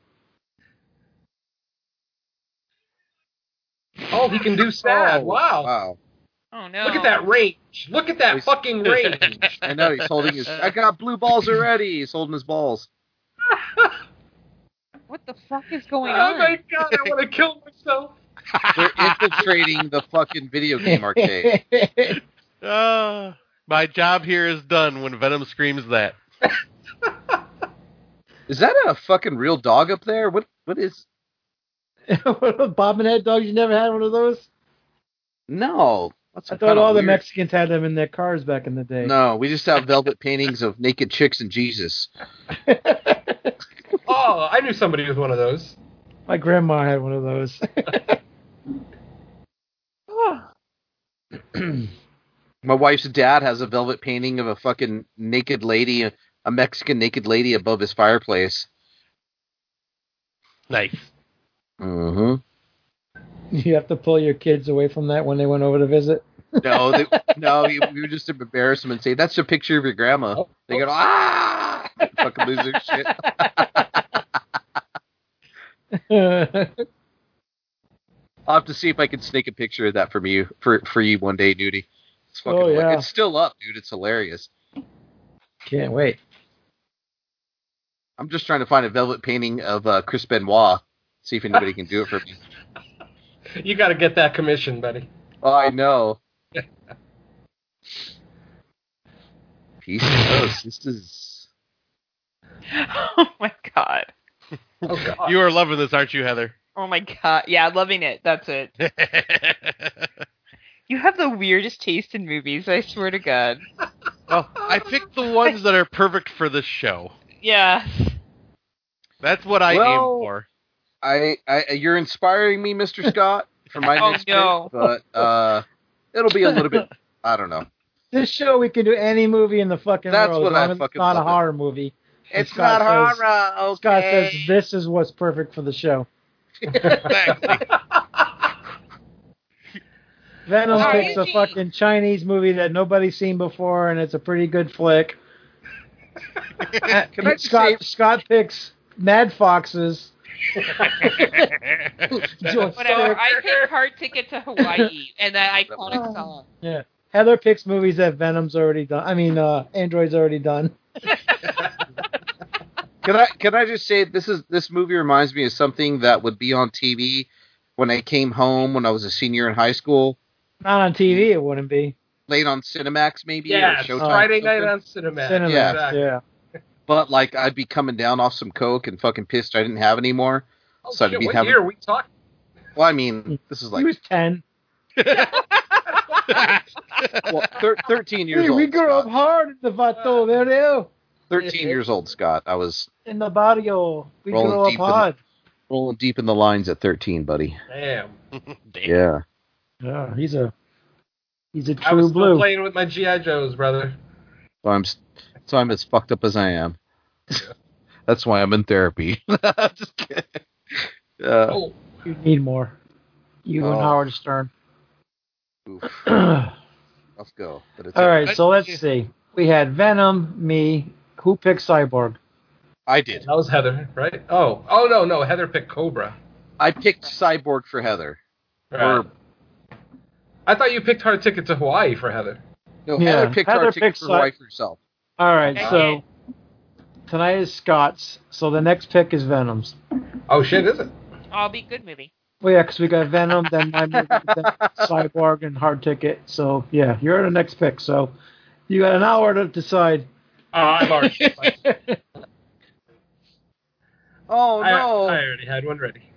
Oh, he can do sad.
Oh,
wow.
Wow.
Oh no!
Look at that range. Look at that
He's-
fucking range.
I know he's holding his. I got blue balls already. He's holding his balls.
What the fuck is going
oh
on?
my god, I want to kill myself.
They're infiltrating the fucking video game arcade.
Uh, my job here is done when Venom screams that.
Is that a fucking real dog up there? What? What is?
Bobbin head dogs. You never had one of those?
No. That's
I
some kind
thought
of
all the
weird-
Mexicans had them in their cars back in the day.
No, we just have velvet paintings of naked chicks and Jesus.
Oh, I knew somebody with one of those.
My grandma had one of those.
My wife's dad has a velvet painting of a fucking naked lady, a Mexican naked lady above his fireplace.
Nice.
Mm-hmm.
you have to pull your kids away from that when they went over to visit.
No, they, no, you, you just embarrass them and say that's a picture of your
Oh,
grandma. They go ah, fucking lose their shit. I'll have to see if I can sneak a picture of that from you for for you one day, Nudie. It's fucking
Oh, yeah.
it's still up, dude. It's hilarious.
Can't wait.
I'm just trying to find a velvet painting of uh, Chris Benoit. See if anybody can do it for me.
You got to get that commission, buddy.
Oh, I know. Peace and toast. This is
oh my god!
Oh god.
Uh,
You are loving this, aren't you, Heather?
Oh my god! Yeah, loving it. That's it. You have the weirdest taste in movies. I swear to God. oh.
well, I picked the ones that are perfect for this show.
Yeah.
That's what I
Well,
aim for.
I, I you're inspiring me, Mr. Scott, for my
Oh,
next
no.
pick, but uh, it'll be a little bit. I don't know.
This show, we can do any movie in the fucking
That's
world.
what
as long
I
as it's
fucking
not a
love it.
horror movie.
It's
Scott
not
says-
horror. Okay.
Scott says this is what's perfect for the show.
Exactly.
Venom
All
picks
right.
a fucking Chinese movie that nobody's seen before, and it's a pretty good flick.
Can I just
Scott Scott picks Mad Foxes. Joy
Whatever.
Stark.
I picked Hard Ticket to Hawaii and that iconic song.
Heather picks movies that Venom's already done. I mean, uh, Android's already done.
Can I can I just say this is this movie reminds me of something that would be on TV when I came home when I was a senior in high school,
Not on TV, it wouldn't be.
late on Cinemax maybe
yeah,
or
it's
Showtime.
Friday night
something.
on Cinemax.
Cinemax,
yeah.
Exactly.
yeah.
But like I'd be coming down off some coke and fucking pissed I didn't have any more.
Oh,
So I'd
shit,
be
what
having-
year are we talking?
Well, I mean, this is
he
like
was ten.
well, thir- thirteen years
Hey,
old.
we grew
Scott.
up hard in the
Uh,
Vato Vereo,
Thirteen years old, Scott. I was
in the barrio. We
Rolling
grew up
deep in the-
hard.
rolling deep in the lines at thirteen, buddy.
Damn.
Damn.
Yeah.
Yeah, he's a he's a
I was
true
still
blue.
playing with my GI Joes, brother.
So I'm s- so I'm as fucked up as I am. That's why I'm in therapy. Just kidding. Uh,
Oh,
You need more. You
Oh.
and Howard Stern.
oof,
All
let's go. But it's
right, so let's see. we had Venom, me. Who picked Cyborg?
I did.
That was Heather, right? Oh, oh no, no, Heather picked Cobra.
I picked Cyborg for Heather.
Right.
Or-
I thought you picked Hard Ticket to Hawaii for Heather.
no,
Yeah,
Heather picked
Heather
our ticket
picked
for
Cy-
wife herself.
All right,
Okay.
so tonight is Scott's. So the next pick is Venom's.
Oh shit, is it?
I'll be good movie.
Well, yeah, because we got Venom, then my movie, then Cyborg, and Hard Ticket. So yeah, you're the next pick. So you got an hour to decide.
Oh,
Uh,
I've already.
Oh
I,
no.
I already had one ready.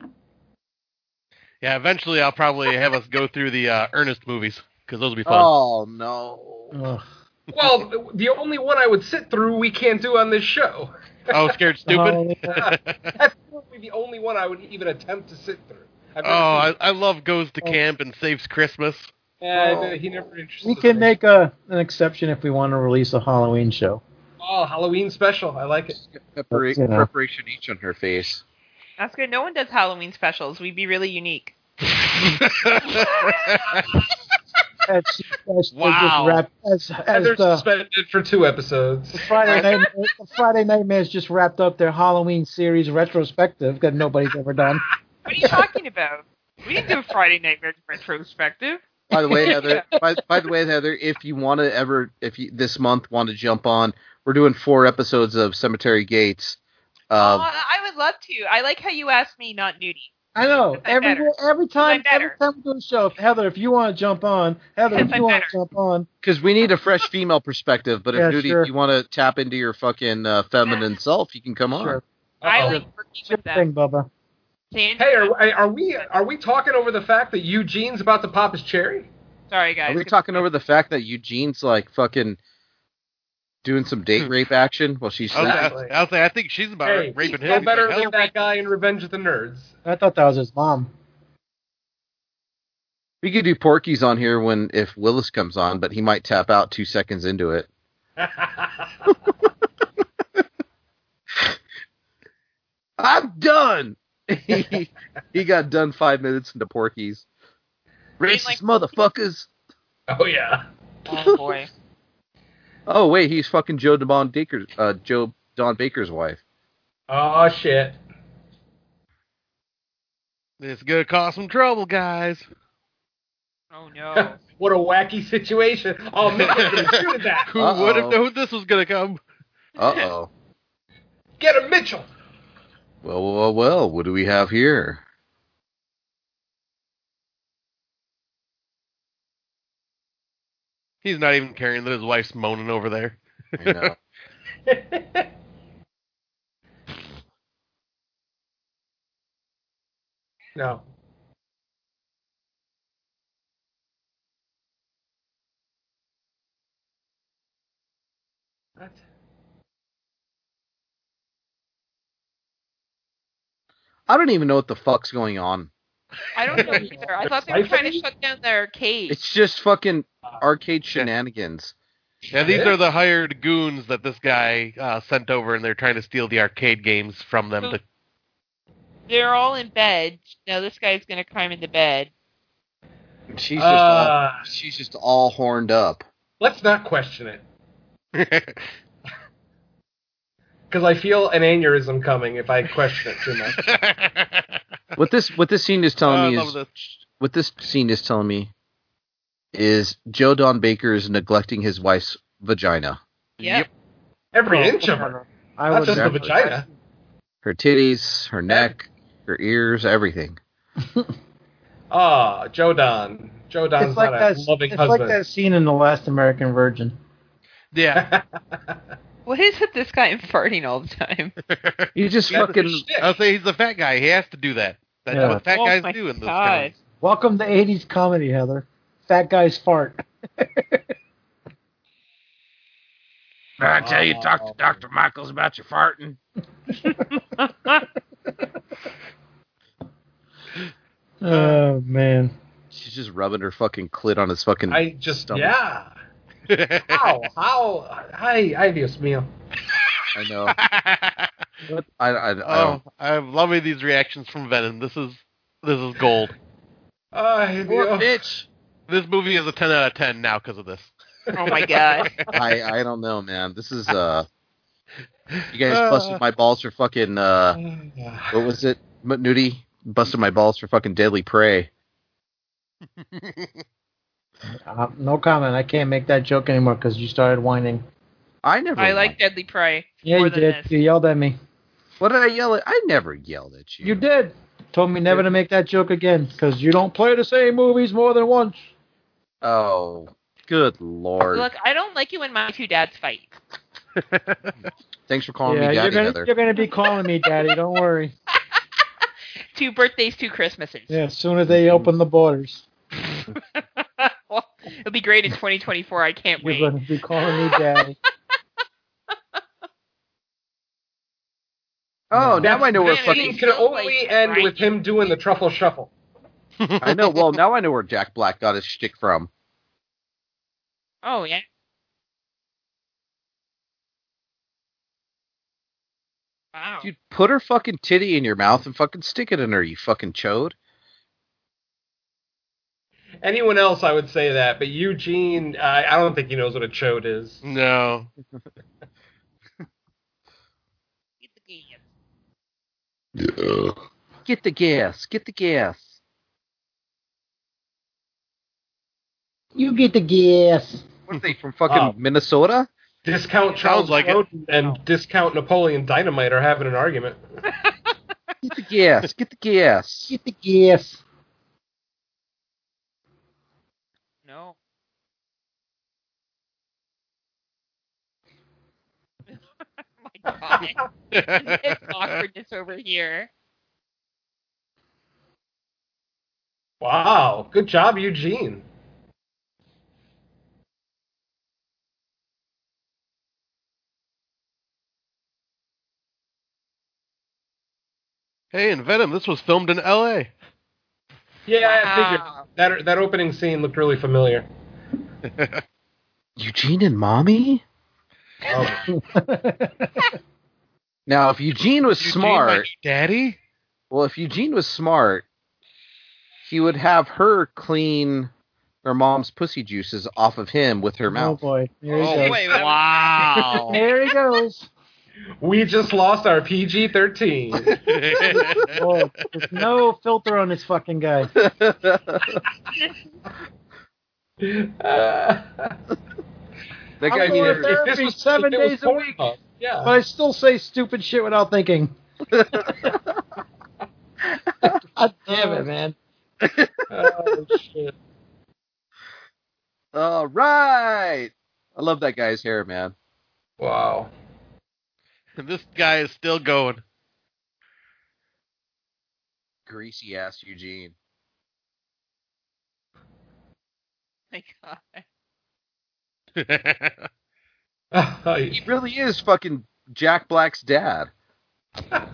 Yeah, eventually I'll probably have us go through the uh, Ernest movies because those will be fun.
oh no.
Ugh.
Well, the- the only one I would sit through, we can't do on this show.
Oh, scared stupid.
Oh, yeah.
That's probably the only one I would even attempt to sit through. I've
oh,
never
I,
seen
I love goes to camp and saves Christmas.
it. Yeah, I know, uh, he never interested
we can
me.
make a an exception if we want to release a Halloween show.
Oh, Halloween special. I like it.
Prepara-
You know.
Preparation each on her face.
That's good. No one does Halloween specials. We'd be really unique.
That's, that's
Wow.
Just wrapped, as,
Heather
as the,
suspended for two episodes.
the Friday Night the Friday Nightmares just wrapped up their Halloween series retrospective that nobody's ever done.
What are you talking about? We didn't do a Friday Nightmare retrospective.
By the way, Heather. by, by the way, Heather. If you want to ever, if you this month want to jump on, we're doing four episodes of Cemetery Gates.
Oh,
Um,
I would love to. I like how you asked me, not Nudie.
I know.
Because I'm
Every
better.
every time
I'm
every
better.
time we do a show, if- Heather, if you want to jump on, Heather,
Because
if
I'm
you want
better.
to jump on,
because we need a fresh female perspective. But if
Yeah,
Nudie,
sure.
if you want to tap into your fucking uh, feminine self, you can come on.
Sure.
I
Uh-oh.
like working
sure
with them.
thing, Bubba.
Sandra,
Hey, are, are we are we talking over the fact that Eugene's about to pop his cherry?
sorry guys.
Are we talking over the fact that Eugene's like fucking doing some
Hmm.
date rape action while she's
Oh,
I was,
sleeping?
I, was- I was like, I think she's about
Hey,
raping
No
him.
better
Like,
than that guy in Revenge of the Nerds.
I thought that was his mom.
We could do Porky's on here when if Willis comes on, but he might tap out two seconds into it. I'm done. he, he got done five minutes into Porky's.
mean,
Racist
like-
motherfuckers.
oh yeah.
Oh boy.
Oh wait, he's fucking Joe Don Baker's uh, Joe Don Baker's wife.
Oh shit.
this is gonna cause some trouble, guys.
Oh no.
What a wacky situation. Oh man, shoot at that.
Who
Uh-oh.
would have known this was gonna come?
Uh oh.
Get him, Mitchell.
well, well, well, well. What do we have here?
He's not even caring that his wife's moaning over there.
I know.
no. What?
I don't even know what the fuck's going on.
I don't know either. I thought they were trying to shut down their cage.
It's just fucking arcade shenanigans.
Yeah, these are the hired goons that this guy uh, sent over, and they're trying to steal the arcade games from them. To,
They're all in bed. Now this guy's gonna climb into bed.
She's just all,
Uh,
she's just all horned up.
let's not question it. Because I feel an aneurysm coming if I question it too much.
What this what this scene is
Oh, I
telling me
love
is
this.
what this scene is telling me is Joe Don Baker is neglecting his wife's vagina,
Yep.
Every inch of her.
I
Not
would
just the
never-
vagina.
her titties, her neck, her ears, everything.
Ah, Joe Don. Joe Don's
It's like
not a
that.
loving
It's like
husband.
that scene in The Last American Virgin.
Yeah.
What is with this guy farting all the time?
You just
That's
fucking
his shtick.
I'll say he's the fat guy. He has to do that. That's
Yeah.
what fat
Oh
guys
my
do in this
God.
film.
Welcome to '80s comedy, Heather. Fat guys fart.
That's how you talk to Dr.
Oh man.
she's just rubbing her fucking clit on his fucking.
I just,
Stomach.
yeah. How? How? Hi, hi, Dios mío.
I know. I, I, I don't.
oh, I'm loving these reactions from Venom. This is this is gold.
Ay,
Poor
Dios.
bitch.
This movie is a 10 out of 10 now because of this.
Oh my god.
I I don't know, man. This is uh, you guys
Uh.
busted my balls for fucking uh,
Yeah.
what was it? Nudie busted my balls for fucking Deadly Prey.
Uh, no comment. I can't make that joke anymore because you started whining.
I never.
I like
won.
Deadly Prey.
Yeah,
more
you
than
did.
This.
You yelled at me.
What did I yell at? I never yelled at you.
You did. Told me never to make that joke again because you don't play the same movies more than once.
Oh, good lord!
Look, I don't like it when my two dads fight.
Thanks for calling me
you're
daddy,
gonna,
Heather.
you're gonna be calling me daddy. Don't worry.
Two birthdays, two Christmases.
Yeah, as soon as they open the borders,
Well, it'll be great in 2024. I can't
you're
wait.
gonna be calling me daddy.
Oh, now I know where
Yeah,
fucking.
It can only end with him doing the truffle shuffle.
I know. Well, now I know where Jack Black got his shtick from.
Oh yeah. Wow.
Dude, put her fucking titty in your mouth and fucking stick it in her. You fucking chode.
Anyone else, I would say that, but Eugene, I I don't think he knows what a chode is.
No.
Get the game.
Get the gas. Get the gas.
You get the gas.
What are they from? Fucking
Oh.
Wow.
Minnesota.
Discount Charles
Sounds like it.
Grodin and discount Napoleon Dynamite are having an argument.
Get the gas. Get the gas.
Get the gas.
No. oh my god. It's awkwardness over here.
Wow, good job, Eugene.
hey, and Venom, this was filmed in L.A.
Yeah, I figured
Wow.
that that opening scene looked really familiar.
Eugene and mommy.
Oh,
Now, if Eugene was
Eugene,
smart,
my daddy.
well, if Eugene was smart, he would have her clean her mom's pussy juices off of him with her
Oh
mouth.
boy, there he
Oh,
goes.
wait,
wow.
There he goes.
we just lost our PG thirteen.
Boy, there's no filter on this fucking guy.
that
That guy
I'm going to
needed.
therapy seven days a week,
Yeah.
but I still say stupid shit without thinking. God damn it, man.
oh, shit.
All right. I love that guy's hair, man.
Wow.
this guy is still going.
Greasy ass Eugene.
my god.
He really is fucking Jack Black's dad.
Oh,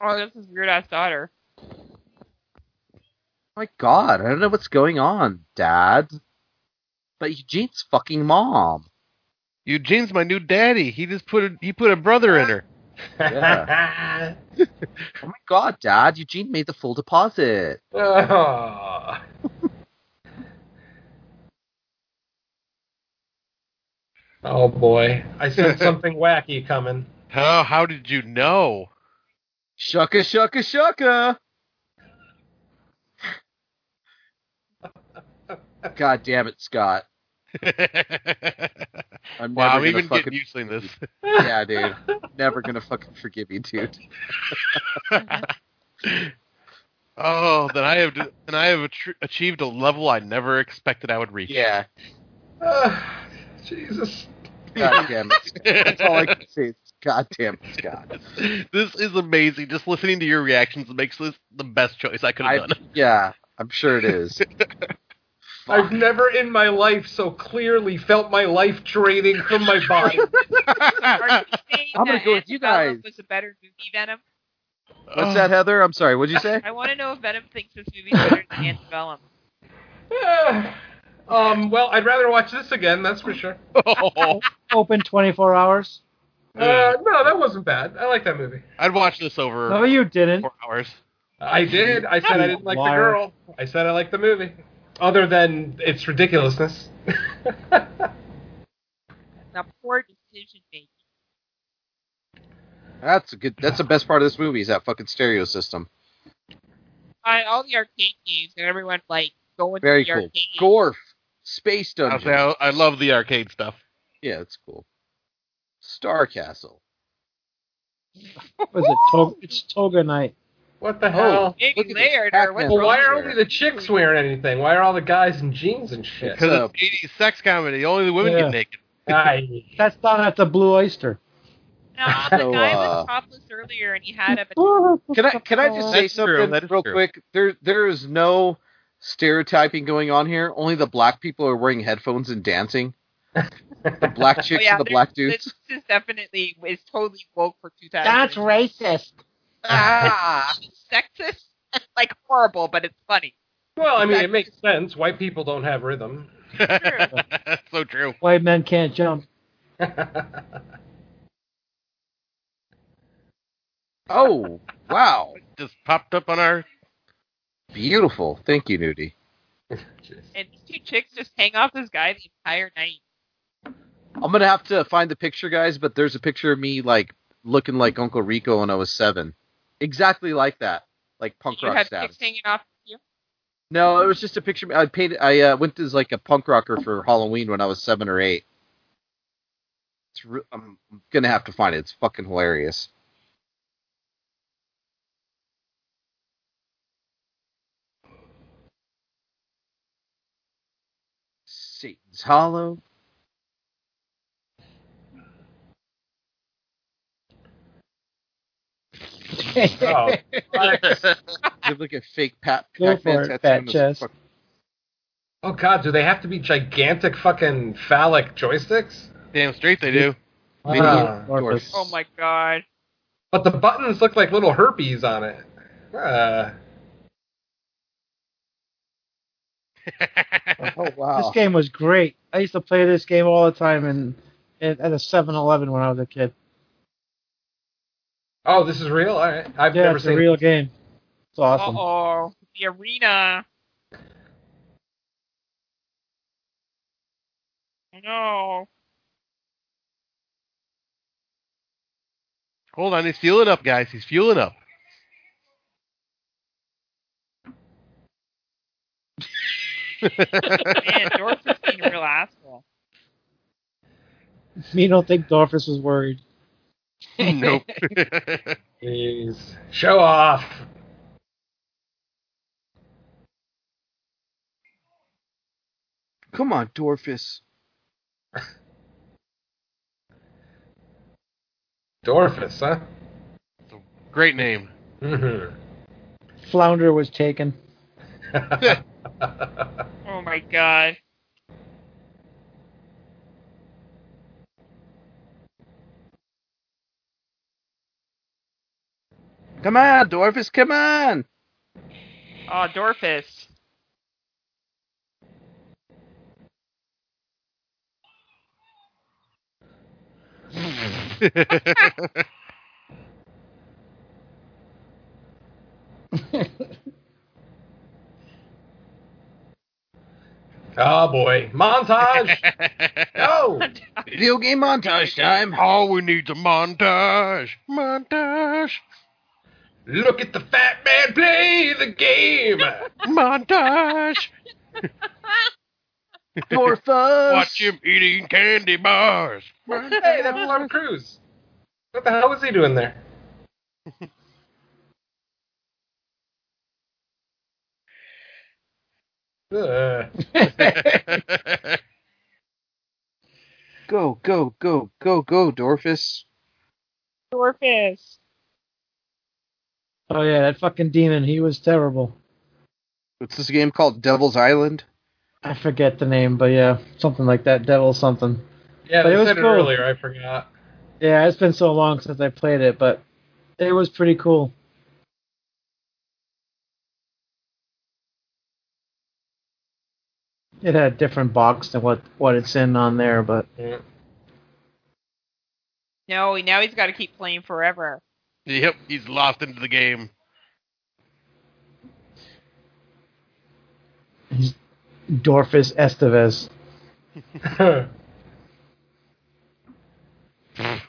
that's his weird ass daughter.
My God, I don't know what's going on, Dad. But Eugene's fucking mom.
Eugene's my new daddy. He just put a, he put a brother in her.
Yeah. Oh my God, Dad, Eugene made the full deposit.
Oh. Oh, boy, I said something wacky coming.
How how did you know?
Shucka, shucka, shucka. God damn it, Scott. I'm
wow,
never
I'm
gonna
even
fucking
getting used to this.
yeah, dude. Never gonna fucking forgive you, dude.
oh, then I have then I have atr- achieved a level I never expected I would reach.
Yeah,
Ah, Jesus.
God damn it. That's all I can say. Is, God damn it, Scott.
this is amazing. Just listening to your reactions makes this the best choice I could
I-
have done.
Yeah, I'm sure it is.
I've never in my life so clearly felt my life draining from my
Are you
body.
saying
I'm gonna
that
go with you
Annabella
guys.
Was a better movie Venom.
What's that, Heather? I'm sorry. What'd you say?
I want to know if Venom thinks this movie's better than Antebellum.
um, well, I'd rather watch this again, that's for sure.
Oh,
Open 24 hours.
Uh, no, that wasn't bad. I like that movie.
I'd watch this over
Oh,
No, you didn't.
four hours.
I did. I said I didn't like the
Liar.
girl. I said I liked the movie. Other than its ridiculousness.
Now, poor decision making.
That's a good. That's the best part of this movie is that fucking stereo system.
On all the arcade games, and everyone like going
Very
to the
cool.
arcade.
Gorf, space
I'll say
dungeon.
I, I love the arcade stuff.
Yeah, it's cool. Star Castle.
Was it Tog- it's Toga Night?
what the hell?
Maybe
Look at this
layered or
Pac-Man
what's
Oh,
well,
wrong?
why are
Underwear.
only the chicks wearing anything? Why are all the guys in jeans and shit?
Because-
Because it's 80s sex comedy. Only the women
Yeah.
get naked.
Aye.
That's down at the Blue Oyster.
No, the
So,
guy
uh,
was topless earlier, and he had a
Can I can I just say
That's true,
something
that is
real
true.
quick? There there is no stereotyping going on here. Only the black people are wearing headphones and dancing. the black chicks
yeah,
and the
there's-
black
This,
dudes.
this is definitely is totally woke for 2000.
racist.
ah, sexist. like horrible, but it's funny.
Well, I mean, it makes sense. White people don't have rhythm.
That's so true.
White men can't jump.
Oh wow,
Just popped up on our.
beautiful. Thank you, Nudie.
And these two chicks just hang off this guy the entire night.
I'm gonna have to find the picture, guys. But there's a picture of me like looking like Uncle Rico when I was seven, exactly like that, like punk
you
rock
had
status.
chicks hanging off you.
No, it was just a picture. I painted. I uh, went as like a punk rocker for Halloween when I was seven or eight. It's re- I'm gonna have to find it. It's fucking hilarious. Satan's Hollow.
Oh,
Give like a fake Pat.
Go
Pac-Man
for it,
tattoo
fat
on his
chest.
fuck-
oh God, do they have to be gigantic fucking phallic joysticks?
Damn straight they do.
Ah.
Dwarf.
Oh my god.
But the buttons look like little herpes on it. Uh,
Oh wow.
This game was great. I used to play this game all the time in, in at a 7-Eleven when I was a kid.
oh, this is real. All right, I've
Yeah,
never
it's a
seen.
real game. It's awesome.
Uh oh. The arena. No.
Hold on, he's fueling up, guys. He's fueling up.
Man, Dorf is being a real asshole.
Me don't think Dorfus was worried.
nope.
Jeez. Show off.
Come on, Dorfus.
Dorfus, huh?
Great name.
Mm-hmm.
Flounder was taken.
Oh my god.
Come on, Dorfus. Come on.
Oh, Dorfus.
oh boy, montage. No.
Video game montage time.
All we need's a montage. Montage.
Look at the fat man play the game.
Montage.
Dorfus.
Watch him eating candy bars.
hey, that's Tom Cruise. What the hell was he doing there? Ugh.
Go, go, go, go, go, Dorfus.
Dorfus.
Oh yeah, that fucking demon. He was terrible.
What's this game called? Devil's Island?
I forget the name, but yeah, something like that. Devil something.
Yeah,
But
they
it was
said it
cool.
earlier. I forgot.
Yeah, it's been so long since I played it, but it was pretty cool. It had a different box than what what it's in on there, but
Yeah.
No, now he's got to keep playing forever.
yep, he's lost into the game.
Dorfus Estevez.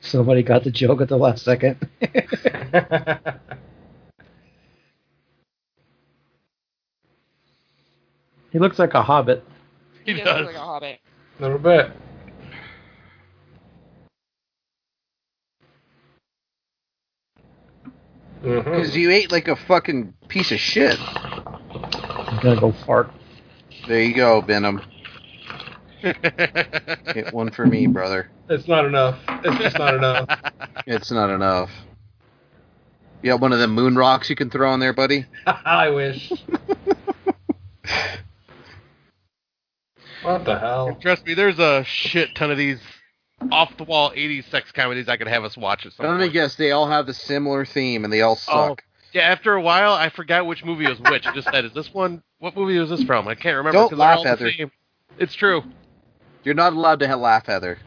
Somebody got the joke at the last second. he looks like a hobbit.
He
does
does.
look like a hobbit.
little bit. Mhm.
Because you ate like a fucking piece of shit.
I'm gonna go fart.
There you go, Venom. Get one for me, brother.
It's not enough. It's just not enough.
It's not enough. You got one of them moon rocks you can throw in there, buddy?
I wish. what the hell?
Trust me, there's a shit ton of these off the wall 80s sex comedies I could have us watch at some
Let me
point.
guess, they all have the similar theme and they all suck.
Yeah, after a while, I forgot which movie was which. I just said, "Is this one? What movie was this from?" I can't remember.
Don't
'cause they're all
laugh,
the
Heather.
same. It's true.
You're not allowed to ha- laugh, Heather.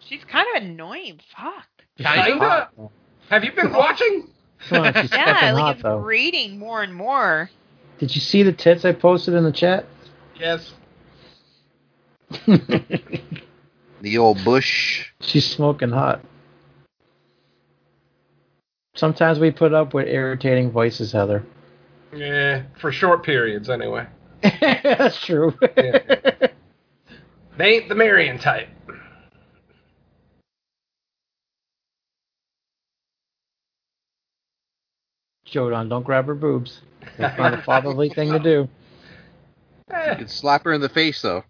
She's kind of annoying. Fuck.
Kinda? Have you been watching?
Come on, she's
Yeah,
fucking
like
hot
it's
though.
grating more and more.
Did you see the tits I posted in the chat?
Yes.
The old bush.
She's smoking hot. Sometimes we put up with irritating voices, Heather.
Yeah, for short periods anyway.
That's true.
Yeah. They ain't the Marion type.
Jodan, don't grab her boobs. That's not a fatherly thing to do.
You could slap her in the face, though.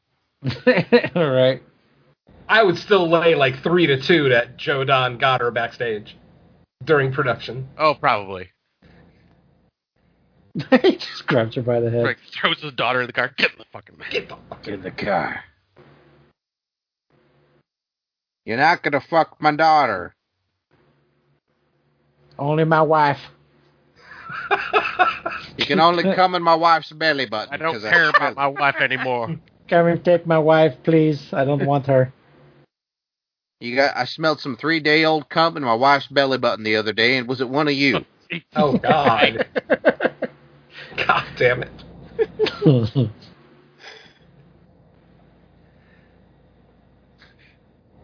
All right.
I would still lay like three to two that Joe Don got her backstage during production.
Oh, probably.
he just grabs her by the head.
Frank throws his daughter in the car. Get in the fucking back.
Get the fuck
In the car. You're not gonna fuck my daughter.
Only my wife.
You can only come in my wife's belly button.
I don't
'cause
care about my wife anymore.
Come and take my wife, please. I don't want her.
You got. I smelled some three day old cum in my wife's belly button the other day, and was it one of you?
Oh God. God damn it.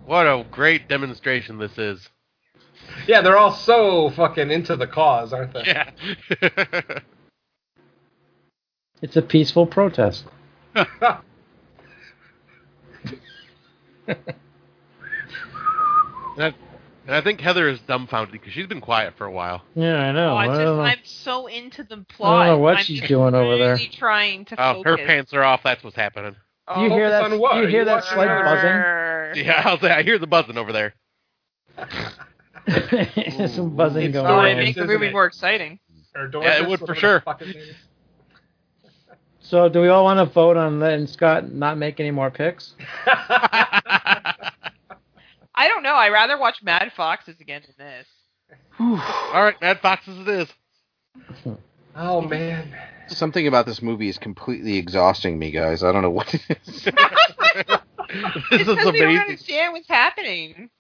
What a great demonstration this is.
Yeah, they're all so fucking into the cause, aren't they?
Yeah.
it's a peaceful protest.
and I think Heather is dumbfounded because she's been quiet for a while.
Yeah, I know.
Oh,
I
it's
don't
just,
know.
I'm so into the plot.
know what
I'm
she's
just
doing over there.
really Trying to
Oh, her
focus.
pants are off. That's what's happening.
oh,
you hear
Focus
that?
on what?
You
Are
hear
you
that
watching
slight
her?
buzzing?
Yeah, I'll say I hear the buzzing over there.
There's some buzzing
It's
going
Oh,
fine.
it
on.
makes the
Isn't
movie
it?
more exciting.
Or Dorcas,
Yeah, it would for
whatever the
sure.
fuck his name is.
So, do we all want to vote on letting Scott not make any more picks?
I don't know. I rather watch Mad Foxes again than this.
All right, Mad Foxes it is.
oh man.
Something about this movie is completely exhausting me, guys. I don't know what it is.
This
It's
is
because we don't
amazing.
understand what's happening.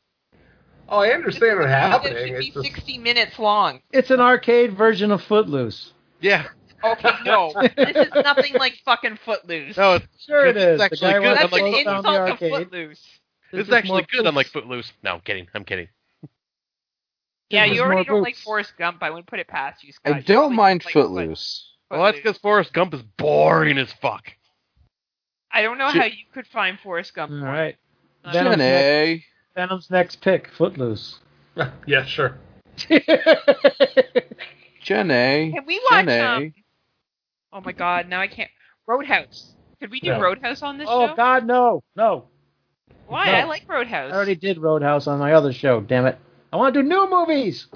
Oh, I understand what's
It should
happening.
be
It's just,
60 minutes long.
It's an arcade version of Footloose.
Yeah.
Okay, no. this is nothing like fucking Footloose.
No, it's,
Sure, it
It's
is. The
actually
guy
good.
went
I'm
That's
like,
an
closed down
insult
the
to
arcade.
Footloose.
it's
is more
actually good. I'm like
Footloose.
Footloose. No, I'm kidding. I'm kidding.
Yeah,
is
you already
more
don't like
Footloose.
Forrest Gump. I wouldn't put it past you, Scott.
I
You
don't
really
mind
like Foot-
Footloose.
Well, that's because Forrest Gump is boring as fuck.
I don't know how you could find Forrest
All
Gump.
right.
Uh,
Venom's next,
Jenny.
Venom's next pick, Footloose.
yeah, sure.
Jenny.
Can we watch um,
Jenny.
Oh my god, now I can't. Roadhouse. Could we do
No.
Roadhouse on this
oh
show?
God, no, no!
Why?
no.
I like
I
Roadhouse.
already did Roadhouse on my other show. Damn it! I want to do new movies.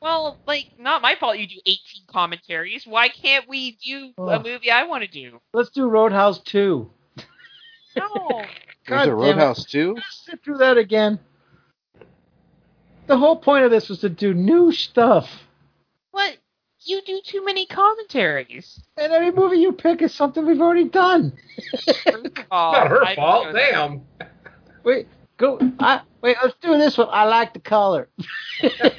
Well, like, not my fault you do 18 commentaries. Why can't we do a
Ugh.
movie I want to do?
Let's do Roadhouse two.
No.
There's a
God damn it.
Roadhouse too.
Sit through that again. The whole point of this was to do new stuff,
what? You do too many commentaries.
and every movie you pick is something we've already done.
First of all,
Not her
I don't
fault.
know that.
Damn.
Wait, go. I, wait, let's do this one. I like the color. Uh,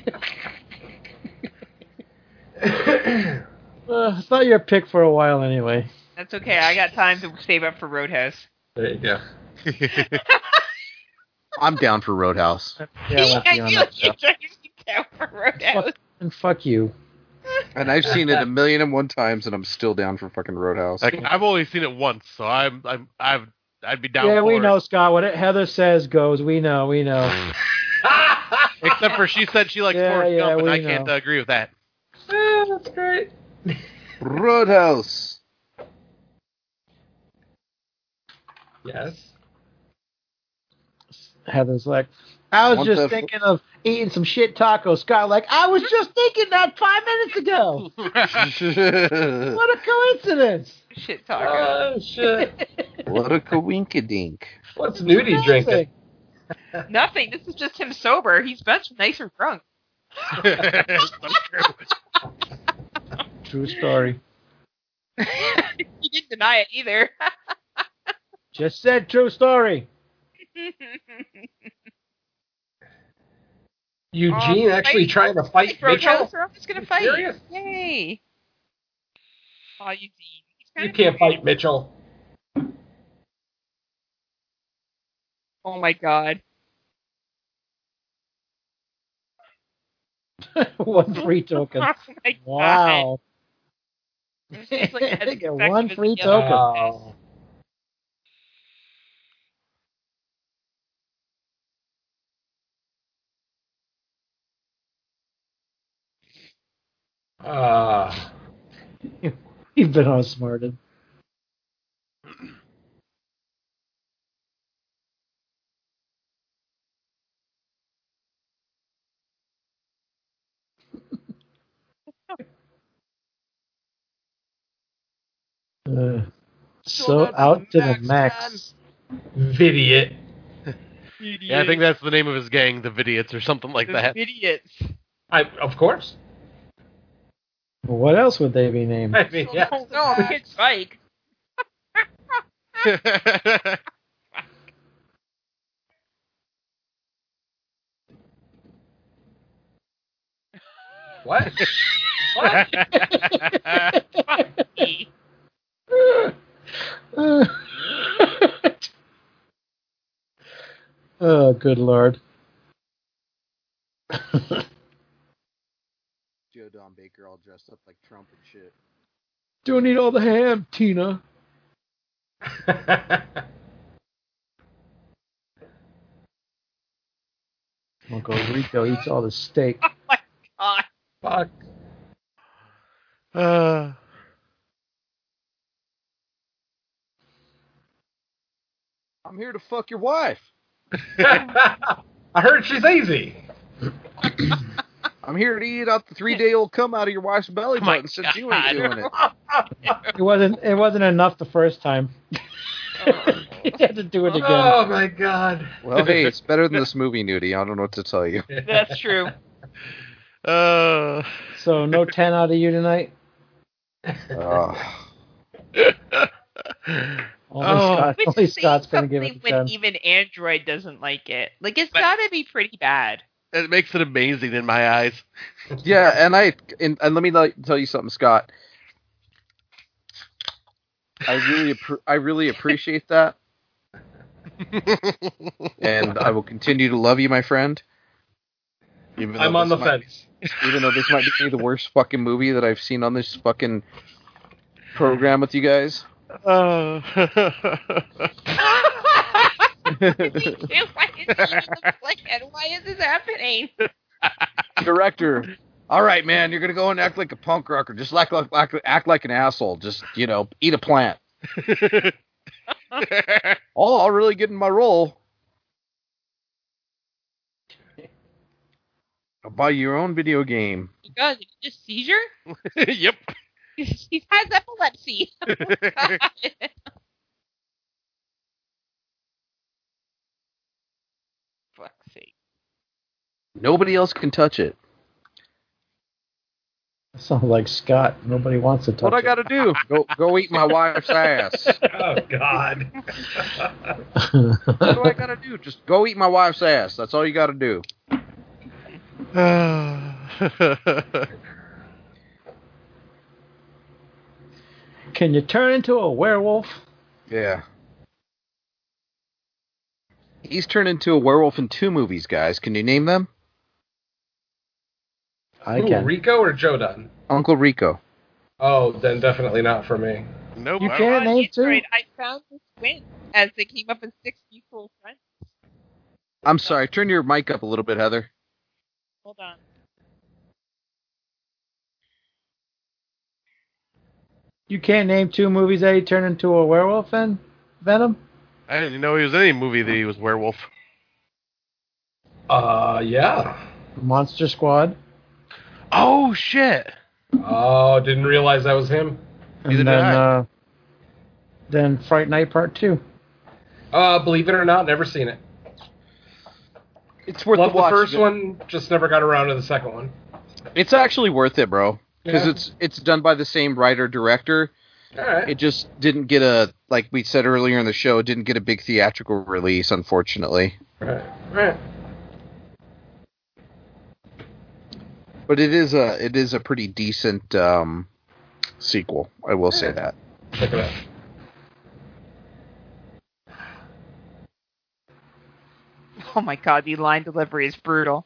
it's not your pick for a while anyway.
That's okay. I got time to save up for Roadhouse.
there you go.
I'm down for Roadhouse.
Yeah, I'm with
I
you
feel like
on that.
you're trying to get down for Roadhouse.
And fuck you.
And I've seen it a million and one times, and I'm still down for fucking Roadhouse.
Like, I've only seen it once, so I'm I'm I've I'd be down.
yeah, we
for
know,
It.
Scott. What it, Heather says goes. We know, we know.
Except for she said she likes
Yeah,
Forrest
yeah,
Gump, and
we
I can't
know.
uh, agree with that.
Yeah, that's great.
Roadhouse.
Yes.
Heather's like, I was
Want
just
the-
thinking of eating some shit tacos. Scott, like, I was just thinking that five minutes ago.
what
What a coincidence.
Shit talker.
Oh shit.
a coinkadink.
What's Nudie drinking? Uh.
Nothing. This is just him sober. He's much nicer drunk.
That's true.
True story.
he didn't deny it either.
Just said true story.
Eugene
Um,
actually
fight-
trying to fight Mitchell.
Roadhouse, we're all just gonna
You
fight.
serious?
Yay! Aw, Eugene. He's
You
kinda
can't
cute.
fight Mitchell.
Oh my god.
One free token.
Oh my god.
Wow.
It's just like as
Get
effective
one
as
free
the other.
token.
Oh. Ah.
You've been outsmarted. Uh, so out to the max.
Vidiot.
Yeah, I think that's the name of his gang, the Vidiots, or something like
Those
that.
idiots.
I, of course.
What else would they be named?
I mean, yeah.
Oh no, I'm kids bike.
What? what?
That's
oh, Uh, good lord.
Joe Don Baker all dressed up like Trump and shit.
Don't eat all the ham, Tina. Uncle Rico eats all the steak.
Ah,
Fuck.
uh,
I'm here to fuck your wife.
I heard she's easy.
I'm here to eat out the three day old cum out of your wife's belly
Oh my
button since you ain't
God.
doing it.
It wasn't it wasn't enough the first time. he had to do it again.
Oh my god.
Well, hey, it's better than this movie, Nudie. I don't know what to tell you.
that's true.
uh,
So no ten out of you tonight?
Ugh.
Only
Oh.
Scott
Which
only
says
Scott's gonna give it
something
a
when
ten.
even Android doesn't like it. Like it's
But-
gotta be pretty bad.
it makes it amazing in my eyes.
yeah, and I and, and let me like, tell you something, Scott. I really appre- I really appreciate that, and I will continue to love you, my friend. Even
I'm
though
on the
this might-
fence.
even though this might be the worst fucking movie that I've seen on this fucking program with you guys.
Uh,
why is he even the plan? Why is this happening?
Director, all right, man, you're gonna go and act like a punk rocker, just act like, like act like an asshole, just you know, eat a plant. Oh, I'll really get in my role. I'll buy you your own video game.
He does. Is it just seizure?
yep.
he has epilepsy. Oh Fuck's sake.
Nobody else can touch it.
Sounds like Scott. Nobody wants to touch
what I
it.
gotta do? go go eat my wife's ass.
Oh god.
What do I gotta do? Just go eat my wife's ass. That's all you gotta do.
Can you turn into a werewolf?
Yeah. He's turned into a werewolf in two movies, guys. Can you name them?
I
Who,
can.
Rico or Jodan?
Uncle Rico.
Oh, then definitely not for me.
Nope.
You
I-
can't-
On
name too.
Android, I found this win as they came up as six mutual friends.
I'm sorry. Turn your mic up a little bit, Heather.
Hold on.
You can't name two movies that he turned into a werewolf in? Venom?
I didn't even know he was in any movie that he was werewolf.
Uh, yeah.
Monster Squad?
Oh shit!
Oh, didn't realize that was him.
And
Neither did
then,
I.
Uh, then Fright Night Part 2.
Uh, believe it or not, never seen it.
It's worth
Loved
the watch.
the first one, just never got around to the second one.
It's actually worth it, bro. Because
Yeah.
it's it's done by the same writer director.
All right.
It just didn't get a like we said earlier in the show. It didn't get a big theatrical release, unfortunately.
All right. All right.
But it is a it is a pretty decent um, sequel. I will say that.
Check it out.
Oh my god, the line delivery is brutal.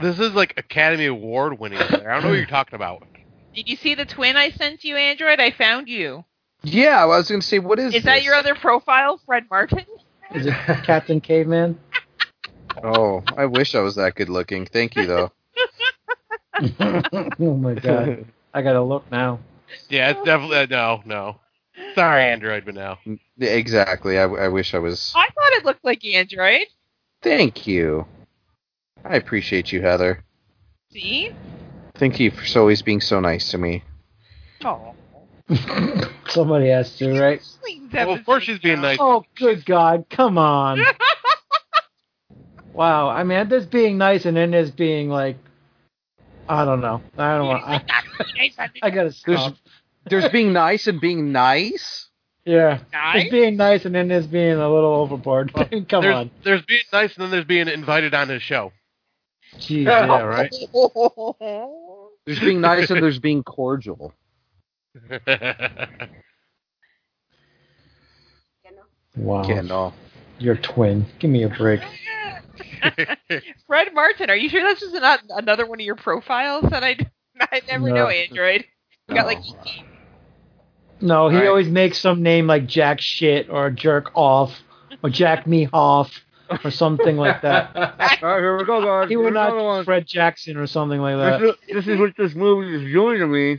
This is like Academy Award winning. I don't know what you're talking about.
Did you see the twin I sent you, Android? I found you.
Yeah, I was going to say, what is
Is, that
this?
your other profile, Fred Martin?
Is it Captain Caveman?
Oh, I wish I was that good looking. Thank you though.
oh my god. I gotta look now.
Yeah, it's definitely uh, no, no. Sorry, Android, but no.
Yeah, Exactly. I, I wish I was.
I thought it looked like Android.
Thank you. I appreciate you, Heather.
See?
Thank you for always being so nice to me.
Oh.
Somebody has to, right?
Well, of course she's being nice.
Oh, good God! Come on. wow. I mean, there's being nice, and then there's being like, I don't know. I don't want. I, I gotta stop.
There's being nice and being nice.
Yeah. There's
Nice?
being nice, and then there's being a little overboard. Come
there's,
on.
there's being nice, and then there's being invited on his show.
Jeez. Yeah. Right.
There's being nice and there's being cordial.
Wow.
Yeah, no.
You're twin. Give me a break.
Fred Martin, are you sure that's just not another one of your profiles that I, I never
No.
know, Android? You got like
No, he
All right.
always makes some name like Jack Shit or Jerk Off or Jack Me Off or something like that.
All right, here we go, guys.
He would
Here's another
not
one.
Fred Jackson or something like that.
This is, this is what this movie is doing to me.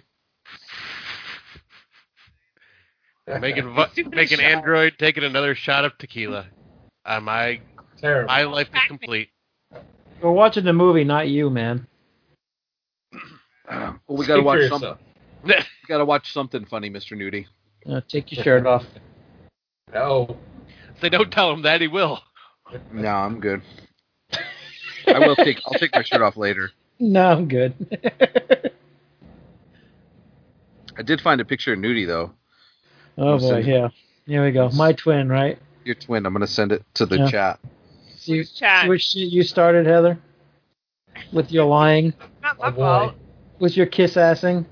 making vo- making Android taking another shot of tequila. Uh, my
Terrible.
my life is complete.
We're watching the movie, not you, man.
Well, we
Speak
gotta
for
watch
yourself.
something. Gotta watch something funny, Mr. Nudie.
Uh, take your shirt off.
No.
If they don't tell him that, he will.
No, I'm good. I will take. I'll take my shirt off later.
No, I'm good.
I did find a picture of Nudie though.
oh
Listen.
boy, yeah. Here we go. My twin, right?
Your twin. I'm gonna send it to the
Yeah.
chat.
See,
chat.
see what shit you started, Heather? With your lying,
Not my
Oh, boy.
fault.
with your kiss assing.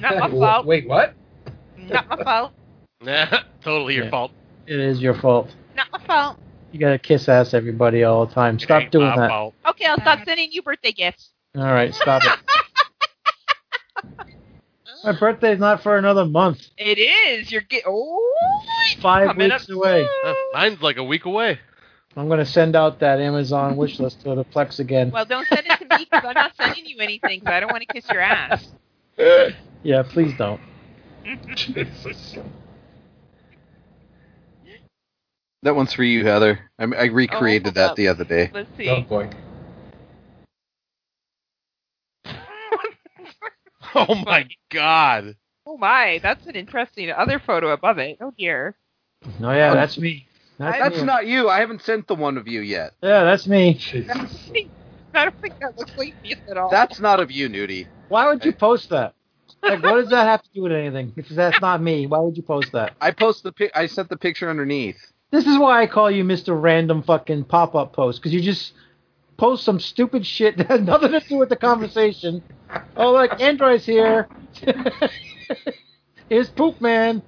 Not my fault.
Wait, what?
Not my fault.
Nah, totally your
Yeah.
fault.
It is your fault.
Not my fault.
You gotta kiss ass everybody all the time.
It
Stop
ain't
doing
my
that.
fault.
Okay, I'll stop sending you birthday gifts.
All right, stop it. My birthday's not for another month.
It is. You're get. Oh, it's
Five
coming
weeks
up
away.
Uh,
soon.
mine's like a week away.
I'm gonna send out that Amazon wish list to the Plex again.
Well, don't send it to me because I'm not sending you anything. Because I don't want to kiss your ass.
Yeah, please don't.
Jesus.
That one's for you, Heather. I, I recreated
hold
that
up.
the other day.
Let's
Oh
see.
boy.
Oh my god.
Oh my, that's an interesting other photo above it. Oh dear.
No, yeah, that's Oh, me. That's,
That's
me.
not you. I haven't sent the one of you yet.
Yeah, that's me.
Jesus.
I don't think that looks like me at all.
That's not of you, Nudie.
Why would you post that? Like, what does that have to do with anything? If that's not me, why would you post that?
I post the pic. I sent the picture underneath.
This is why I call you Mr. Random fucking pop up post, because you just post some stupid shit that has nothing to do with the conversation. Oh, like Android's here. is Poop Man.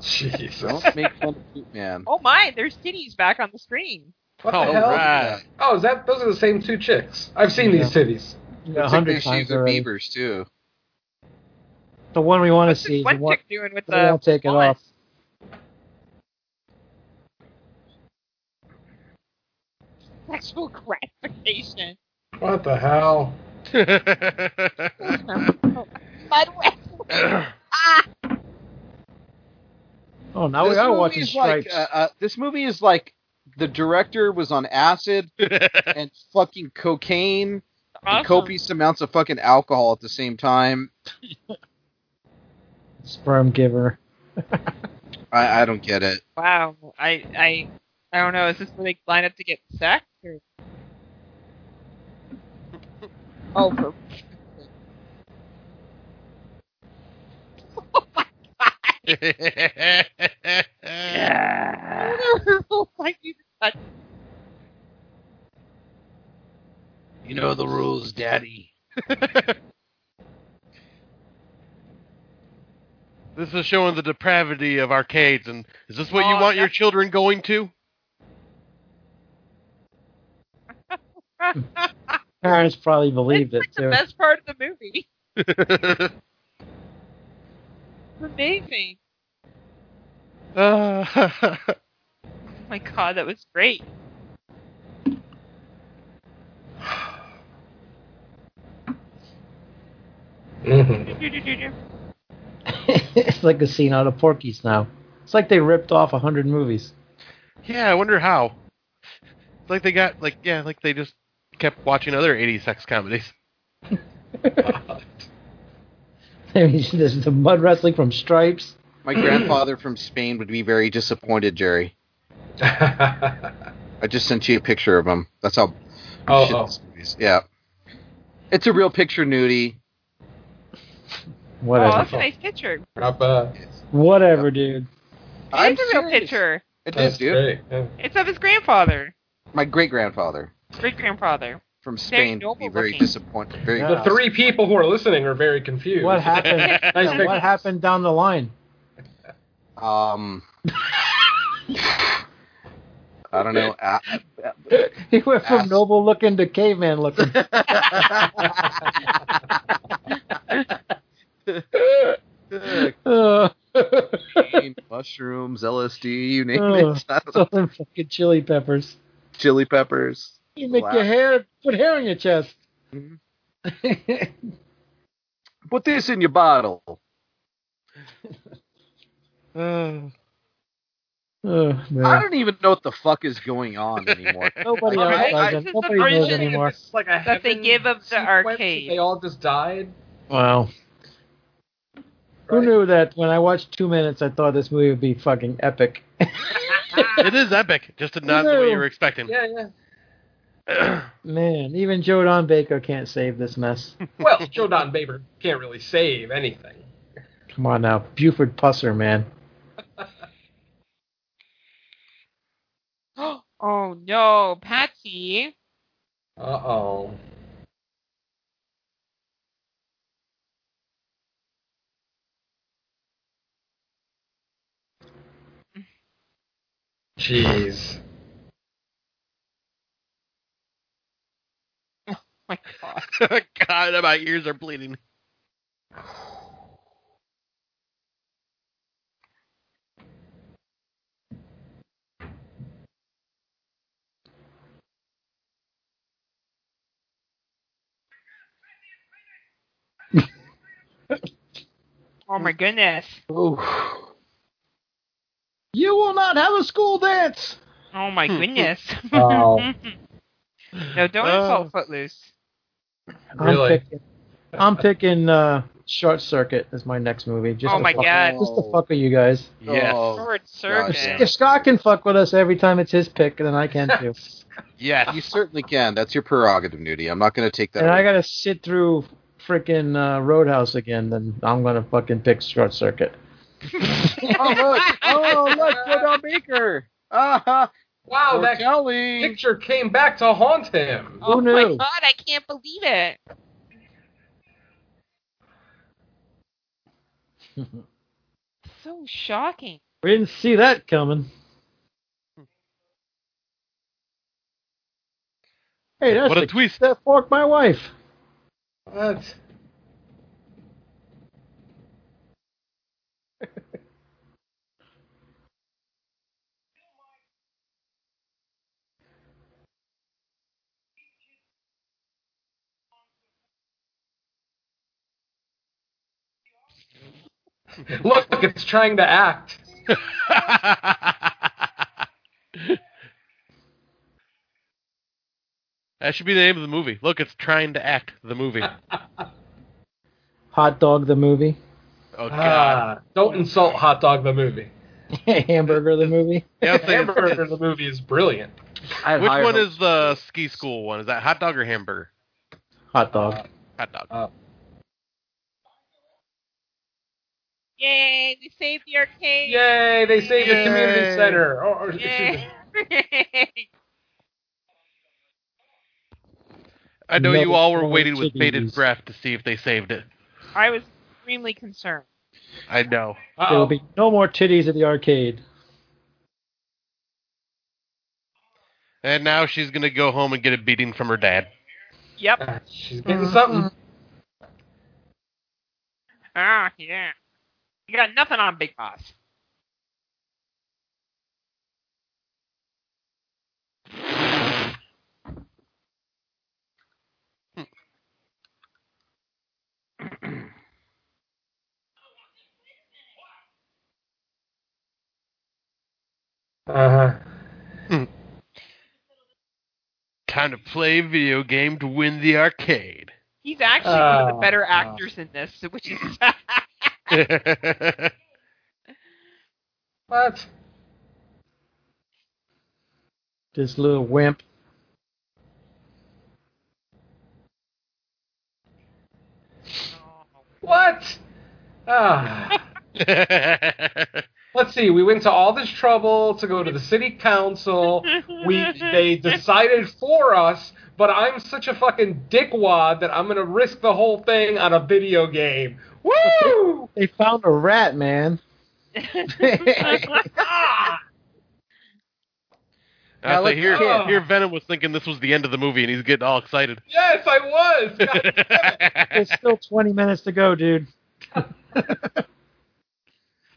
Jesus.
Don't make fun of Poop Man.
Oh my, there's titties back on the screen.
What the
All
hell?
right.
Oh, is that those are the same two chicks? I've seen these titties.
Looks
Yeah, a
like
hundred
they
times
shaved their
already.
beavers too.
The one we want to
What's
see.
this
The
one
one,
chick doing with
we
uh,
won't
the
take it
wallet?
off.
sexual gratification?
What the hell?
By the way, ah,
Oh, now we
This
are
movie
watching
is like,
Stripes.
uh, uh, this movie is like the director was on acid and fucking cocaine
awesome.
and copious amounts of fucking alcohol at the same time.
Sperm giver.
I, I don't get it.
Wow, I, I, I don't know. Is this where they line up to get sex? Or... Oh, for... oh my god! Like you touch-
You know the rules, Daddy. this is showing the depravity of arcades, and is this what you
Oh,
want your
that's-
children going to?
Parents probably believed it
It's the
too.
best part of the movie. It's amazing.
Uh,
Oh my god, that was great.
hmm
it's like a scene out of Porky's now. It's like they ripped off a hundred movies.
yeah, I wonder how. It's like they got like yeah, like they just kept watching other 80s sex comedies.
I mean, there's the mud wrestling from Stripes.
My
Mm.
grandfather from Spain would be very disappointed, Jerry. I just sent you a picture of him. That's how
oh,
shit
oh.
this movie is. Yeah. It's a real picture nudie.
Oh,
Whatever.
that's a nice picture.
Not bad.
Whatever, dude.
I'm
It's a real
serious.
picture.
It
That's
is, dude.
great. Yeah.
It's of his grandfather,
My great grandfather
great grandfather.
from
Very
Spain would be
noble
very
looking.
disappointed. Very
Yeah.
The three people who are listening are very confused.
What happened?
Nice
yeah,
picture.
what happened down the line?
um I don't know. Uh,
He went from
Ass.
noble looking to caveman looking. Uh,
mushrooms, LSD, you name
Ugh.
Oh.
it. I don't know.
southern fucking chili peppers.
Chili peppers.
You make
Wow.
your hair put hair on your chest.
Mhm. Put this in your bottle.
Uh, oh,
I
man.
don't even know what the fuck is going on anymore.
Nobody
I-
else
I-
does
this
it.
is
Nobody
the
knows
version of
anymore.
It's like a
That they
heaven
give of the
sequence
arcade.
that They all just died.
Wow. Who
Right.
knew that when I watched two minutes, I thought this movie would be fucking epic?
it is epic, just not the way you were expecting.
Yeah, yeah.
Man, even Joe Don Baker can't save this mess.
Well, Joe Don Baber can't really save anything.
Come on now, Buford Pusser, man.
oh no, Patsy.
Uh oh. Jeez.
My God.
God, my ears are bleeding.
Oh my goodness.
You will not have a school dance.
Oh my
Hmm.
goodness.
Oh.
Wow.
no, don't insult Footloose.
Really?
I'm picking, I'm picking uh, Short Circuit as my next movie. Just
Oh
to
my
fuck,
God.
Just to fuck with you guys.
Yes.
Oh,
Short
gosh.
circuit.
If Scott can fuck with us every time it's his pick, then I can too.
Yes.
you certainly can. That's your prerogative, Nudie. I'm not going to take that.
and I
away.
gotta sit through freaking uh, Roadhouse again, then I'm gonna fucking pick Short Circuit.
oh, look. Oh, look. Joe Don Baker. Uh-huh.
Wow,
Oh,
Or
that
Kelly.
picture came back to haunt him.
Oh
Who
my
knew?
God, I can't believe it. So shocking.
We didn't see that coming. Hey, that's
What a
the
twist.
that forked my wife.
What? Look, it's trying to act.
That should be the name of the movie. Look, it's trying to act the movie.
Hot dog the movie.
Oh god.
Ah, don't insult Hot Dog the movie.
Hamburger the movie.
Yeah, I'm saying-
Hamburger the movie is brilliant.
I have
which
higher
one
hopes.
is the ski school one? Is that hot dog or hamburger?
Hot dog.
Hot dog.
Yay, we saved the arcade.
Yay! They saved the
Yay.
community center. Or, or- excuse me.
Yay.
I know
No,
you all were
no
waiting with bated
chickies.
breath to see if they saved it.
I was extremely concerned.
I know.
There will
Uh-oh.
be no more titties at the arcade.
And now she's gonna go home and get a beating from her dad.
Yep.
Ah, She's
Mm-hmm.
getting something.
Ah, yeah. You got nothing on Big Boss.
Uh huh.
Time to play video game to win the arcade.
He's actually one of the
Oh,
better
wow.
actors in this, which is
What?
This little wimp.
What? Ah. Let's see. We went to all this trouble to go to the city council. We they decided for us, but I'm such a fucking dickwad that I'm gonna risk the whole thing on a video game. Woo!
They found a rat, man.
Ah!
I
Alec
say, here,
Kid.
here Venom was thinking this was the end of the movie and he's getting all excited.
Yes, I was. God
There's still 20 minutes to go, dude.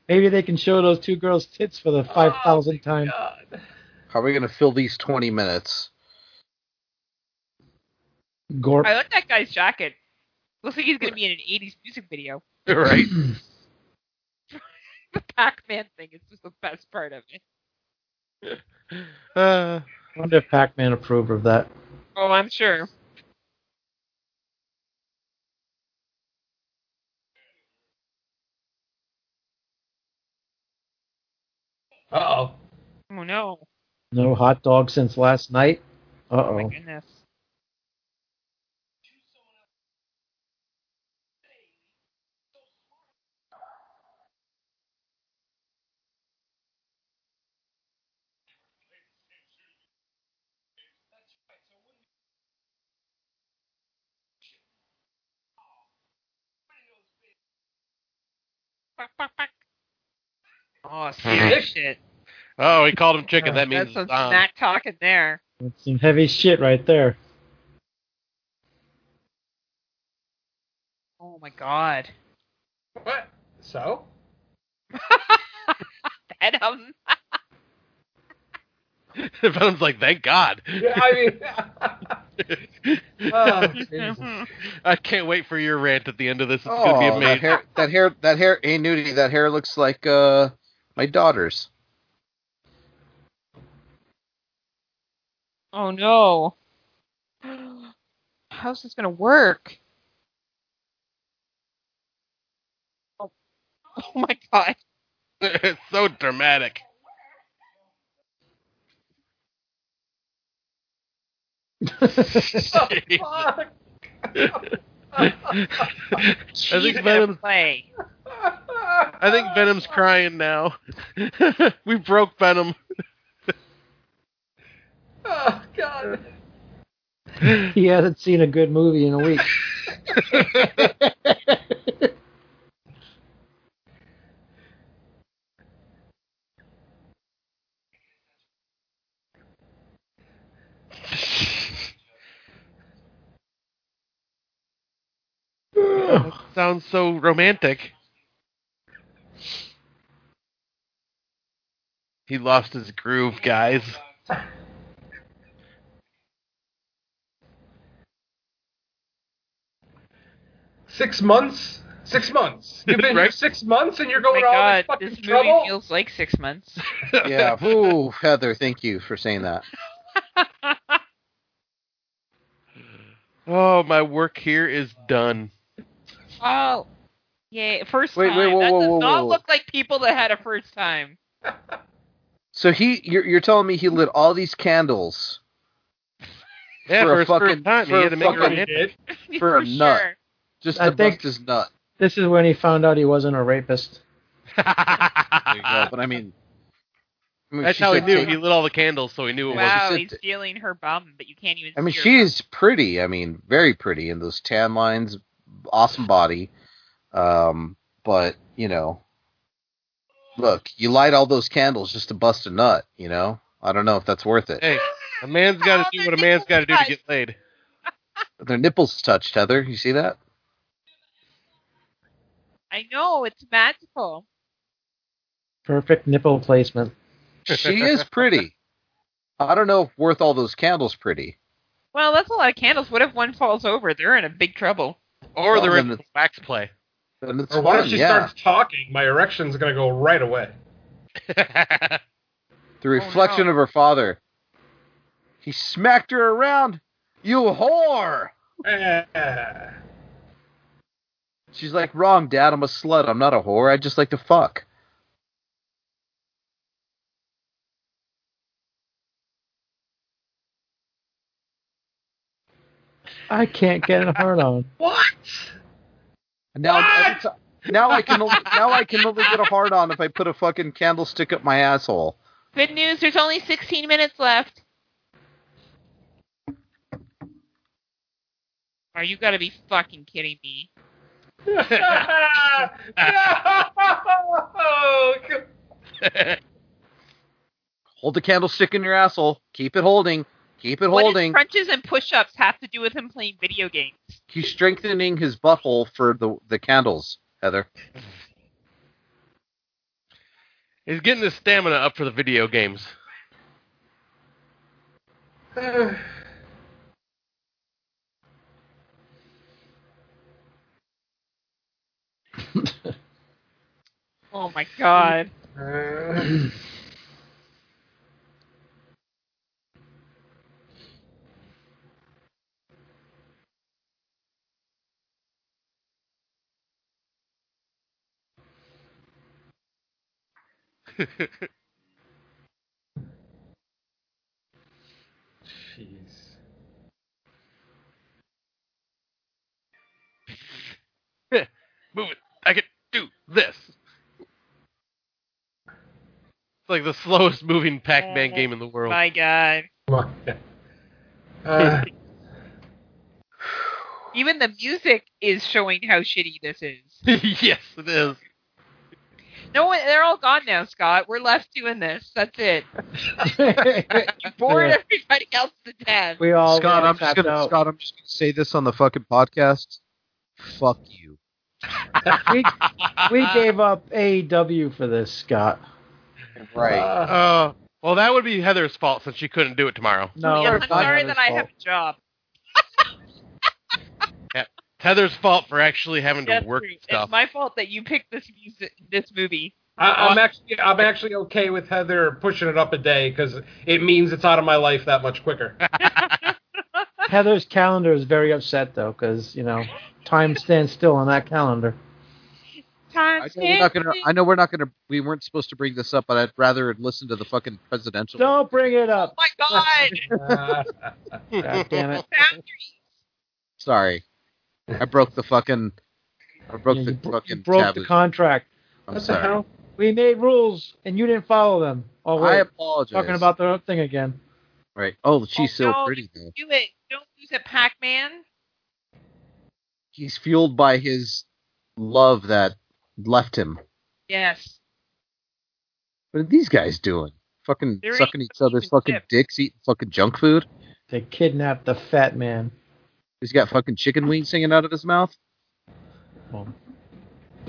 Maybe they can show those two girls' tits for the 5,000th
Oh,
time.
God.
How are we going to fill these 20 minutes?
Gorp.
I like that guy's jacket. Looks like he's going to be in an 80s music video.
right.
The Pac Man thing is just the best part of it.
Uh,
I wonder if Pac Man approved of that.
Oh, I'm sure.
Uh-oh.
Oh, no.
No hot dog since last night? Uh
Oh, my
oh.
goodness. Quack, quack, quack. Oh, serious shit.
oh, he called him Mm-hmm. chicken. That means
That's
um,
some
it's on.
smack talking there.
That's some heavy shit right there.
Oh my god.
What? So?
That um
Venom's like, thank God.
Yeah, I mean. oh, Jesus.
I can't wait for your rant at the end of this. It's
oh,
going to be
that
amazing.
hair, that hair, that hair, hey, nudity, that hair looks like uh, my daughter's.
Oh no. How's this gonna work? Oh, oh my god.
it's so dramatic.
Fuck.
I
She's
think
gonna
Venom-
play.
think Venom's crying now. we broke Venom.
Oh, God.
He hasn't seen a good movie in a week.
sounds so romantic. He lost his groove, guys.
Six months? Six months. You've been here
Right.
six months and you're
Oh my
going all
god,
this fucking
this movie
trouble?
feels like six months.
Yeah. Ooh, Heather, thank you for saying that.
Oh, my work here is done.
oh, yeah, first
Wait,
time.
wait, whoa,
that
whoa,
does
whoa,
not
whoa.
look like people that had a first time.
So he, you're, you're telling me he lit all these candles
Yeah,
For
for,
a
his first
fucking-
time,
for
he had to
a
make it
fucking-
Nobody
romantic.
did.
For a nut.
Sure.
just
I
to
think-
bust his nut?
This is when he found out he wasn't a rapist.
There you go. But I mean, I mean,
That's
she
how he
said
knew.
take-
He lit all the candles, so he knew it was.
Wow,
said
he's
that-
feeling her bum, but you can't even.
I mean,
see her
she
bum.
is pretty. I mean, very pretty in those tan lines, awesome body. Um, but you know, look, you light all those candles just to bust a nut. You know, I don't know if that's worth it.
Hey, a man's got to
Oh,
do what a man's got to do to get laid.
Their nipples touched, Heather. You see that?
I know it's magical.
Perfect nipple placement.
She is pretty. I don't know if worth all those candles pretty.
Well, that's a lot of candles. What if one falls over? They're in a big trouble.
Or the
Well,
rest
then
of wax play.
And it's
Or once
fun,
she
Oh, yeah.
starts talking, my erection's going to go right away.
The reflection of her father. He smacked her around. You whore!
Ah.
She's like, wrong, Dad. I'm a slut. I'm not a whore. I just like to fuck.
I can't get a hard on.
What?
And Now, every ti- now I can only, now I can only get a hard on if I put a fucking candlestick up my asshole.
Good news. There's only 16 minutes left. Are you gotta be fucking kidding me?
no!
Hold the candlestick in your asshole. Keep it holding. Keep it
What does
holding.
crunches and push-ups have to do with him playing video games?
He's strengthening his butthole for the the candles. Heather,
He's getting his stamina up for the video games.
Oh my god.
Jeez.
Move it. I can do this. It's like the slowest moving Pac-Man game in the world.
My god.
Come on. Uh,
Even the music is showing how shitty this is.
yes, it is.
No one, they're all gone now, Scott. We're left doing this. That's it. You bored
Yeah.
everybody else to death.
we all
Scott,
really
I'm just
tapped
gonna
out.
Scott, I'm just gonna say this on the fucking podcast. Fuck you.
We, we gave up AEW for this, Scott.
Right.
uh,
Uh, well, that would be Heather's fault since she couldn't do it tomorrow.
No,
Yeah, I'm
it's not
sorry
his
that I
fault.
have a job.
It's Heather's fault for actually having to
That's
work
true.
stuff.
It's my fault that you picked this music, this movie.
I, I'm actually I'm actually okay with Heather pushing it up a day because it means it's out of my life that much quicker.
Heather's calendar is very upset though, because you know time stands still on that calendar.
Time
I know we're not gonna. I know we're not gonna. We weren't supposed to bring this up, but I'd rather listen to the fucking presidential.
Don't bring it
Oh
up.
my god!
Uh,
God damn it!
Boundaries.
Sorry, I broke the fucking. I broke
Yeah,
the
you, bro- you
fucking
broke
taboo.
the contract.
I'm sorry.
We made rules and you didn't follow them. Oh
I
wait,
apologize.
talking about the other thing again.
right. Oh, she's
Oh,
so
no,
pretty though.
Do it. Don't lose it, Pac-Man.
He's fueled by his love that left him.
Yes.
What are these guys doing? Fucking
They're
sucking each other's fucking
chips.
dicks, eating fucking junk food.
They kidnapped the fat man.
He's got fucking chicken wings hanging out of his mouth.
Well,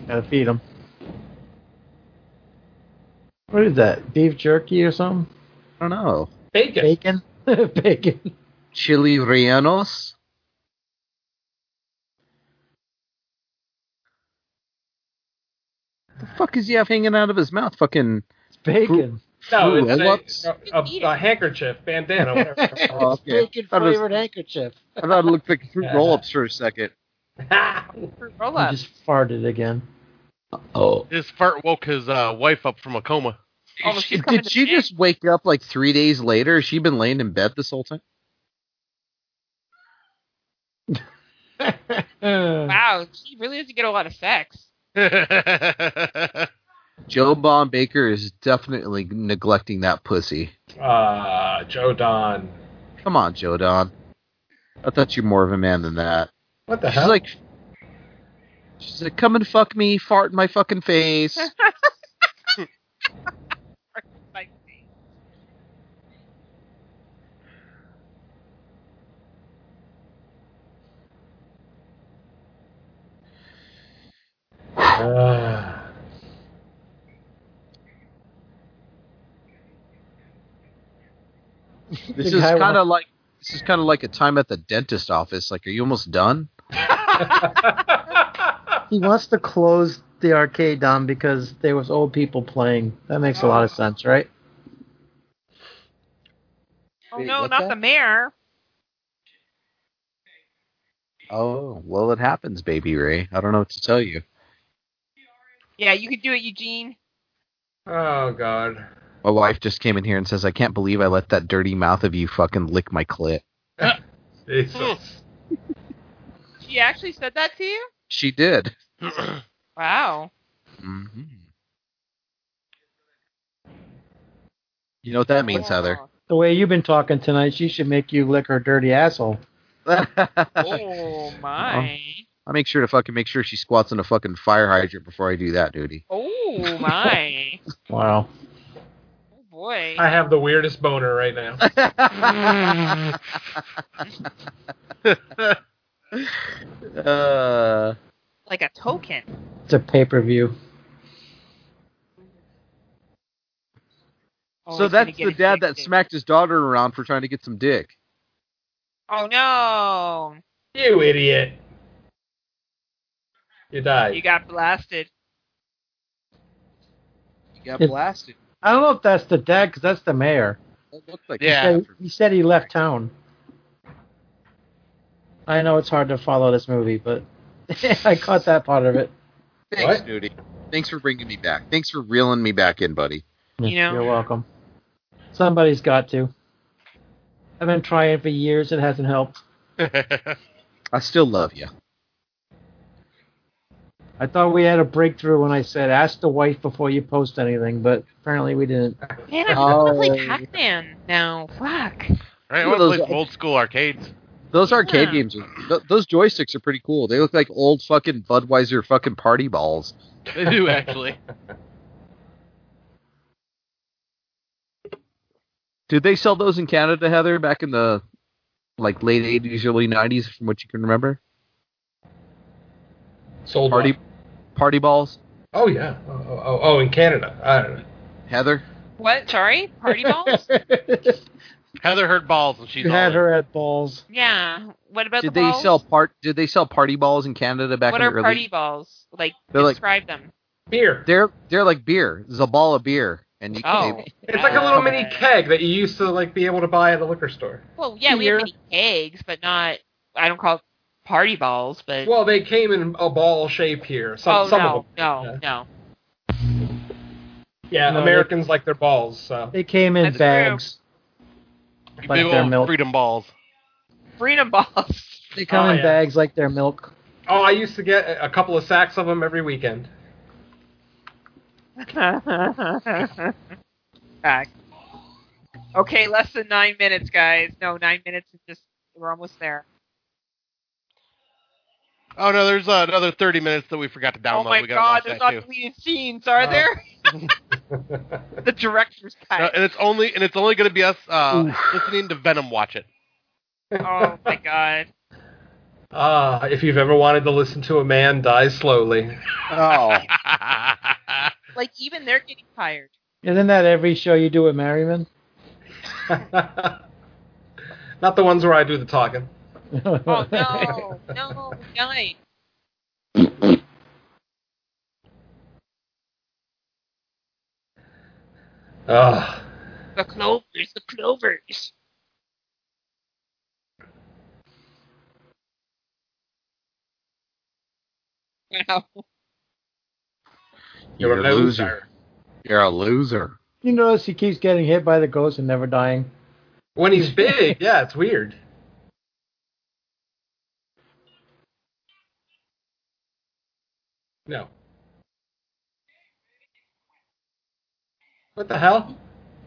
gotta feed them. What is that? Beef jerky or something?
I don't know.
Bacon.
Bacon? Bacon.
Chili rellenos. The fuck is he have hanging out of his mouth? Fucking
It's bacon.
No,
Ooh, I love-
it's a, a, a, a handkerchief, bandana, whatever.
Oh, okay.
Bacon
I was-
flavored handkerchief.
I thought it looked like fruit
Yeah.
roll-ups for a second.
Fruit roll
I
up.
just farted again.
Oh,
This fart woke his uh, wife up from a coma.
Oh, she's coming
did
to
she
me.
just wake up like three days later? Has she been laying in bed this whole time?
Wow, she really doesn't get a lot of sex.
That's
Joe Bomb Baker is definitely neglecting that pussy.
uh, Joe Don.
Come on, Joe Don. I thought you're more of a man than that.
What the
She's
hell?
like, she's like, come and fuck me, fart in my fucking face.
Like,
Uh,
This is
The guy
kind of like this is kind of like a time at the dentist office. Like, are you almost done?
He wants to close the arcade down because there was old people playing. That makes a lot of sense, right?
oh
Wait,
no,
what's
not
that?
the mayor.
Oh, well, it happens, baby Ray. I don't know what to tell you.
Yeah, you could do it, Eugene.
oh God.
My wife just came in here and says, I can't believe I let that dirty mouth of you fucking lick my clit.
Jesus.
She actually said that to you?
She did.
Wow.
hmm You know what that means, Heather.
The way you've been talking tonight, she should make you lick her dirty asshole.
I
Oh my.
make sure to fucking make sure she squats in a fucking fire hydrant before I do that duty.
Oh my.
Wow.
Oh boy.
I have the weirdest boner right now.
uh,
Like a token.
It's a pay per view.
Oh,
so
he's gonna
that's
get
the dad that
addicted.
smacked his daughter around for trying to get some dick.
Oh no.
you idiot. You died.
You got blasted.
He got
It-
blasted.
I don't know if that's the dad because that's the mayor.
That looked like
He
Yeah.
said- he said he left town. I know it's hard to follow this movie, but I caught that part of it.
Thanks,
What?
Nudie. Thanks for bringing me back. Thanks for reeling me back in, buddy.
You know.
You're welcome. Somebody's got to. I've been trying for years. It hasn't helped.
I still love you.
I thought we had a breakthrough when I said ask the wife before you post anything, but apparently we didn't.
Man, I want to play
Oh.
Pac-Man now. Fuck.
Right, I
Look at
want to
those-
play some old school arcades.
Those arcade
Yeah.
games, are- th- those joysticks are pretty cool. They look like old fucking Budweiser fucking party balls.
They do actually.
Did they sell those in Canada, Heather, back in the like late eighties, early nineties, from what you can remember?
Sold
Party,
one.
party balls,
Oh yeah. Oh, oh, oh, oh, in Canada. I don't know.
Heather.
What? Sorry? Party balls?
Heather heard balls and she's
you
all
had
in.
her at balls.
yeah. What about
Did
the
they
balls?
sell part? Did they sell party balls in Canada back
what
in
are
the early?
party balls? Like,
They're like-
describe them.
Beer.
They're they're like beer. It's a ball of beer, and you
Oh.
they-
It's like a little mini keg that you used to like be able to buy at the liquor store.
Well, yeah, we
Beer.
have many eggs, but not. I don't call it party balls, but.
Well, they came in a ball shape here. Some,
oh
some
no,
of them.
no, no.
Yeah,
No, they-
Americans like their balls. So
They came in
That's true.
bags.
Big
Like their
old
milk.
freedom balls.
Freedom balls.
They come
Oh,
in
yeah.
bags like they're milk.
oh, I used to get a a couple of sacks of them every weekend.
Back. Okay, less than nine minutes, guys. No, nine minutes is just. We're almost there.
Oh no, there's uh, another 30 minutes that we forgot to download.
oh my
we gotta
god,
watch
there's
that
not
too.
deleted scenes,
Uh,
are
Oh.
there? The director's
No,
cut.
and it's only and it's only going to be us uh, listening to Venom watch it.
oh my god.
Ah, if you've ever wanted to listen to a man die slowly.
Oh,
Like even they're getting tired.
Isn't that every show you do with Merriman?
Not the ones where I do the talking.
Oh no, no, dying.
Ugh.
The clovers, the clovers.
Wow.
you're, a loser. You're a loser.
You notice he keeps getting hit by the ghost and never dying.
When he's big, yeah, it's weird. No. What the hell?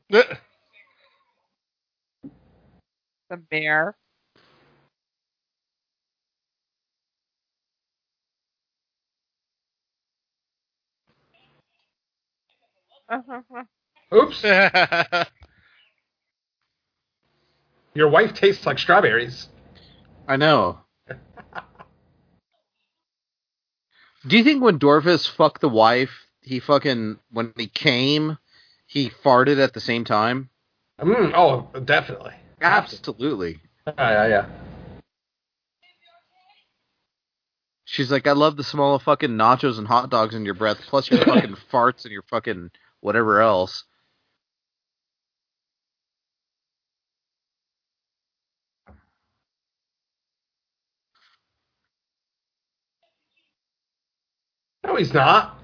The bear.
Oops. Your wife tastes like strawberries.
I know. Do you think when Dorfus fucked the wife, he fucking when he came, he farted at the same time?
Mm, oh, definitely.
Absolutely.
Yeah, yeah, yeah.
She's like, I love the smell of fucking nachos and hot dogs in your breath, plus your fucking farts and your fucking whatever else.
No, he's not.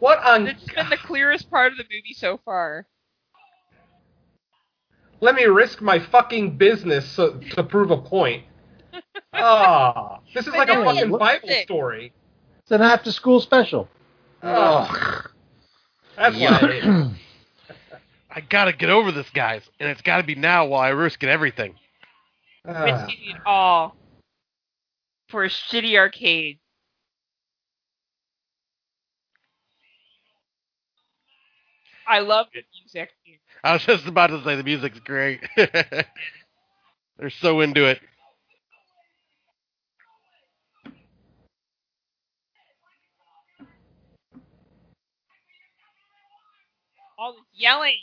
What on?
This has been the clearest part of the movie so far.
Let me risk my fucking business so, to prove a point. Ah, this is
But
like a
no, he
fucking
is
Bible
sick.
story.
It's an after school special.
Oh, that's what it is.
I gotta get over this, guys, and it's gotta be now while I risk it everything.
Ah.
risking it all for a shitty arcade. I love the music.
I was just about to say the music's great. They're so into it.
All this yelling.